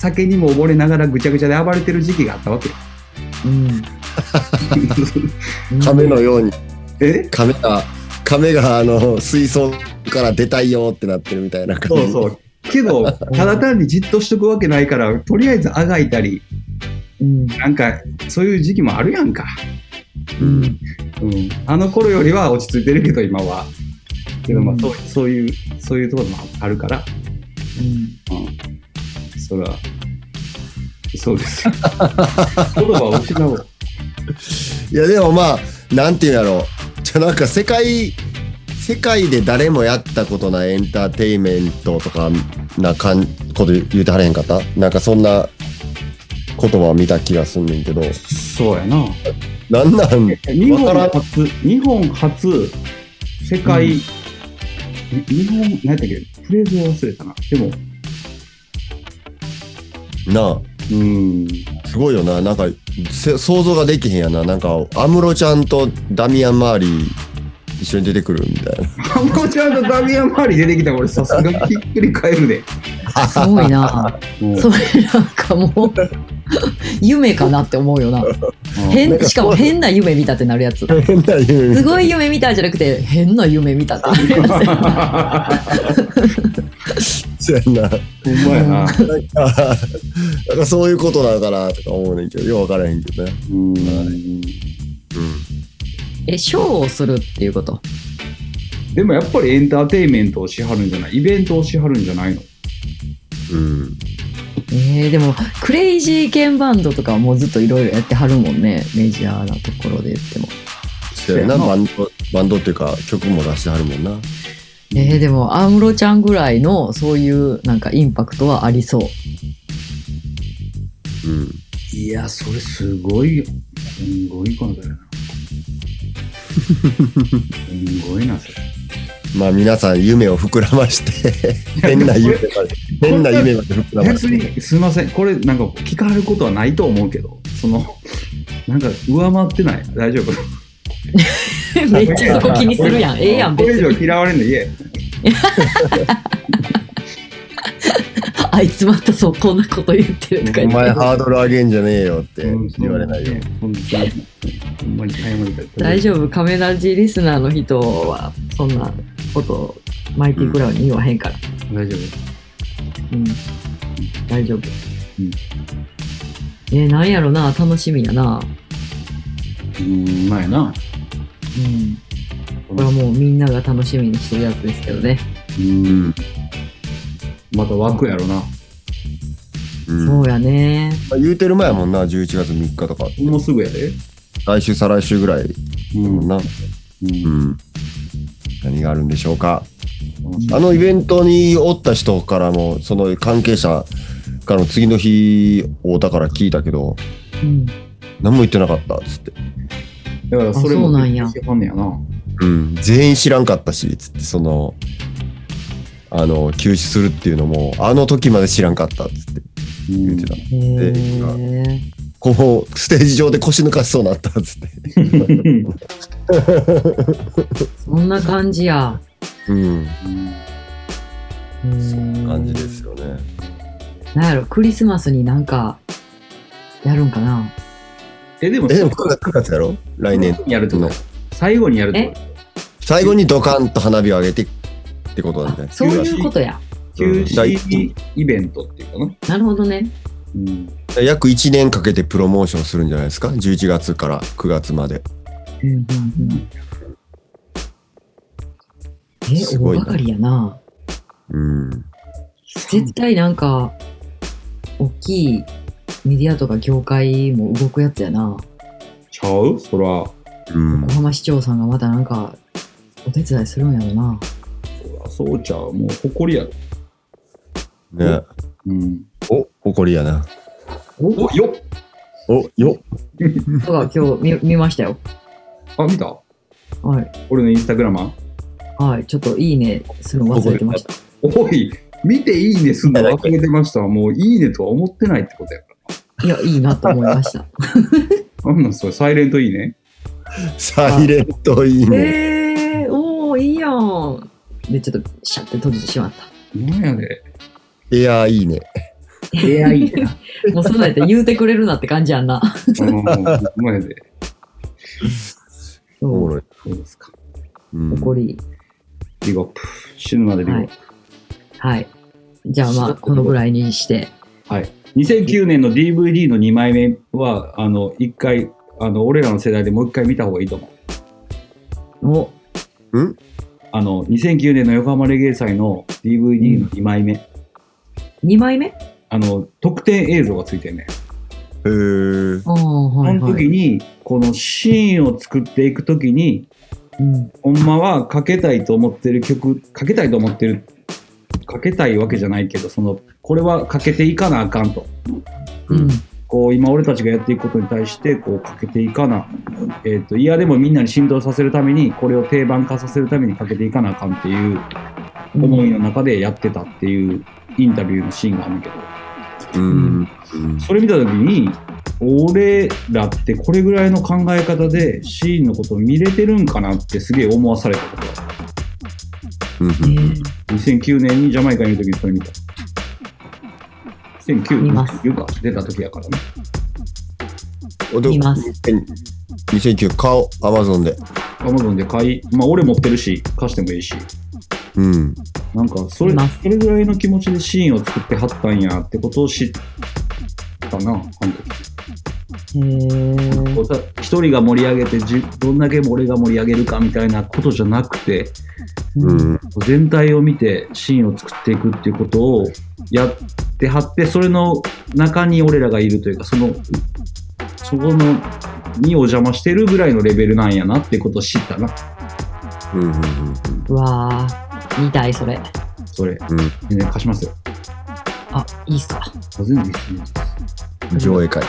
S3: 酒にも溺れながらぐちゃぐちゃで暴れてる時期があったわけよ
S2: うん。
S4: 亀のように、
S3: え
S4: 亀が、亀があの、水槽から出たいよってなってるみたいな感
S3: そう
S4: じ。
S3: そうけどただ単にじっとしとくわけないからとりあえずあがいたり
S2: うん。
S3: なんかそういう時期もあるやんか
S2: うん。
S3: うん、あの頃よりは落ち着いてるけど今はけどまあ
S2: うん
S3: そうそういうそういうところもあるから、
S2: うん。
S3: うん、そらそうですよ 言葉を失おう
S4: いやでもまあなんていうんやろうじゃあなんか世界世界で誰もやったことないエンターテインメントとかなかんこと言うてはれへんかったなんかそんな言葉を見た気がすんねんけど
S3: そうやな
S4: なんなん
S3: 日本
S4: わからん
S3: 初日本初世界、
S2: う
S3: え日本何やったっけフレーズを忘れたなでも
S4: な
S3: うん
S4: あすごいよななんかせ想像ができへんやななんか安室ちゃんとダミアン・マーリー 一緒に出てくるみたいな
S3: ハンコちゃんとダミアン周り出てきたら俺さすがにひっくり返るで
S2: すごいな。
S3: うん
S2: それなんかもう夢かなって思うよな。変しかも変な夢見たってなる やつ。
S4: 変な夢
S2: すごい夢見たじゃなくて変な夢見 たってなるやつ。
S4: そうやんな。
S3: ほんまや な。
S4: なんかなんかそういうことなのかなとか思うねんけど、よう分からへんけどね。
S3: うん
S2: え、ショーをするっていうこと。
S3: でもやっぱりエンターテインメントをしはるんじゃないイベントをしはるんじゃないの
S4: うん。
S2: えー、でもクレイジーケンバンドとかはもうずっといろいろやってはるもんね。メジャーなところで言っても。
S4: そうやな、バンド、バンドっていうか、曲も出してはるもんな。
S2: えー、でも安室ちゃんぐらいのそういうなんかインパクトはありそう。
S4: うん。
S3: いや、それすごいよ、すごいことや な。すごいな、それ。
S4: まあ皆さん夢を膨らまして、変な夢まで、変な夢まで膨らま
S3: 別
S4: して。
S3: に、すいません。これ、なんか、聞かれることはないと思うけど、その、 なんか、上回ってない。大丈夫。
S2: めっちゃそこ気にする やん。ええやん、
S3: これ
S2: 別
S3: 以
S2: に。
S3: 上嫌われんの言え。
S2: あいつまたそう、こんなこと言ってるとか
S4: お
S2: 言って。
S4: 前ハードル上げんじゃねえよって言われないよ。
S3: ほんとに。ほんまに謝りたい。
S2: 大丈夫、カメラジリスナーの人はそんなことマイティクラウンに言わへんから。
S3: 夫。大丈夫。
S2: うん、大丈夫。
S3: うん
S2: えー、なんやろな、楽しみやな。
S3: うん、まあやな。
S2: うん。これはもうみんなが楽しみにしてるやつですけどね。
S3: うん。また枠やろな。
S4: うん
S2: そうやね。
S4: まあ言うてる前やもんな、11月3日とか。
S3: もうすぐやで。
S4: 来週、再来週ぐらい
S3: うん
S4: やもんな。
S3: うん
S4: うん。何があるんでしょうか。
S3: 楽しみ
S4: あのイベントにおった人からも、その関係者からも次の日、太田から聞いたけど、
S2: うん。
S4: 何も言ってなかったっつって。
S3: だからそれも
S2: あそうなんや
S3: しはんねやな。
S4: うん。全員知らんかったし、つって、その、あの、休止するっていうのも、あの時まで知らんかったっつって
S3: 言
S4: 言っ
S3: って
S4: てた。
S3: た。
S2: へえ
S4: こう、ステージ上で腰抜かしそうになったっつって。
S2: そんな感じや。
S4: うん。
S2: うん
S4: そんな感じです。よね。
S2: なんやろ、クリスマスになんか、やるんかな。
S3: え、でも、
S4: え、でも9月 ,9 月やろ来年。
S3: やるってこと最後にやるってこ
S4: 最後にドカンと花火を上げてってことなんじゃない
S2: そういうことや。
S3: と
S4: う
S3: 休
S4: ん
S3: 止イベントっていうかな。
S2: なるほどね。
S3: うん。
S4: 約1年かけてプロモーションするんじゃないですか11月から9月まで
S2: うんうんうん。え、
S4: す
S2: 大
S4: ごいな
S2: 掛かりやな。
S4: うん
S2: 絶対なんか、大きいメディアとか業界も動くやつやな。
S3: ちゃうそら。
S4: うん
S2: 小浜市長さんがまたなんか、お手伝いするんやろな。
S3: そらそうちゃう。もう誇りやろ。
S4: ね
S3: うん。
S4: お誇りやな
S3: およっ
S4: およ
S2: 僕は今日 見見ましたよ。
S3: あ、見た
S2: はい。
S3: 俺のインスタグラマー
S2: はい。ちょっといいねするの忘れてました。
S3: おい見ていいねすんの忘れてましたわもういいねとは思ってないってことやか
S2: いや、いいなと思いま した。
S3: ら。なんなんそれ、サイレントいいね
S4: サイレントいいね
S2: えー、おー、いいやん。で、ちょっとシャッて閉じてしまった。
S3: なんやで。
S4: エアーいいね
S3: AI や。
S2: もうそんなんやったら言うてくれるなって感じやんな。
S3: うん、うまいで。
S4: おも
S2: そう
S4: ろい、
S3: そうですか。
S4: うん、
S2: 怒り。
S3: ビゴップ。死ぬまでビゴ
S2: は
S3: ッ
S2: い
S3: プ。。
S2: はい。じゃあまあ、このぐらいにして。
S3: 2009年の DVD の2枚目は、あの、一回、あの、俺らの世代でもう一回見た方がいいと思う。
S2: お、
S3: あの、2009年の横浜レゲエ祭の DVD の2枚目。
S2: 2枚目
S3: あの、特典映像がついてるね。
S4: へー
S2: ああ、はい、
S3: その
S2: は
S3: 時
S2: い。
S3: に、このシーンを作っていく時に、
S2: うん。
S3: ほんまはかけたいと思ってる曲、かけたいと思ってる、かけたいわけじゃないけど、その、これはかけていかなあかんと。
S2: うん。
S3: こう、今俺たちがやっていくことに対して、こう、かけていかな。えっ、と、いやでもみんなに浸透させるために、これを定番化させるためにかけていかなあかんっていう思いの中でやってたっていうインタビューのシーンがあるんだけど。
S4: うんうん
S3: それ見た時に俺らってこれぐらいの考え方でシーンのことを見れてるんかなってすげえ思わされたことがある
S4: うん
S2: えー
S3: 2009年にジャマイカにいる時にそれ見た2009
S2: 見ます
S3: 2009が出た時やからね。
S4: おで
S2: 見ます
S4: 2009買おう、アマゾンで。
S3: アマゾンで買い、まあ俺持ってるし、貸してもいいし、
S4: うん。
S3: なんかそれ
S2: 見ます
S3: それぐらいの気持ちでシーンを作ってはったんやってことを知ったな、あの時
S2: へー
S3: こうた一人が盛り上げてじゅ、どんだけ俺が盛り上げるかみたいなことじゃなくて、
S4: うん。うん
S3: 全体を見てシーンを作っていくっていうことをやってはってそれの中に俺らがいるというかそのそこのにお邪魔してるぐらいのレベルなんやなってことを知ったな
S4: うんうん
S2: うわー見たいそれ
S3: それ
S4: うんうん。
S3: 全然貸しますよ
S2: あいいっすか
S3: あ全然いいっすね
S4: 上映会。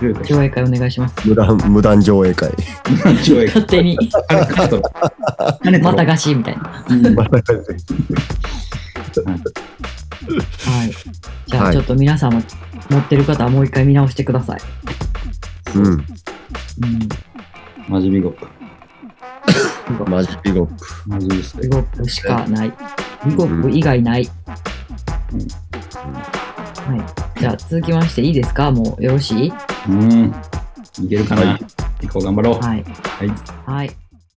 S3: 上映会
S2: 上映会お願いします
S4: 無断、無断上映会。
S3: 上映会
S2: 勝手に
S3: 金貸しとる金
S2: また
S3: 貸し
S2: がしみたいな
S3: とるうん
S2: は
S4: また
S2: いじゃ
S4: は
S2: あ
S4: い
S2: ちょっと皆さんも持ってる方はもう一回見直してください、
S4: うん。
S2: うん、
S3: マジビゴップ
S4: マジピゴ。
S3: マジビス
S2: ビ
S3: テ
S2: ゴップしかないビゴップ以外ない、
S3: うん
S2: はい、じゃあ続きましていいですかもうよろしい
S3: うんいけるかな、
S4: は
S3: 以降頑張ろう
S2: はい。
S3: い
S2: はい。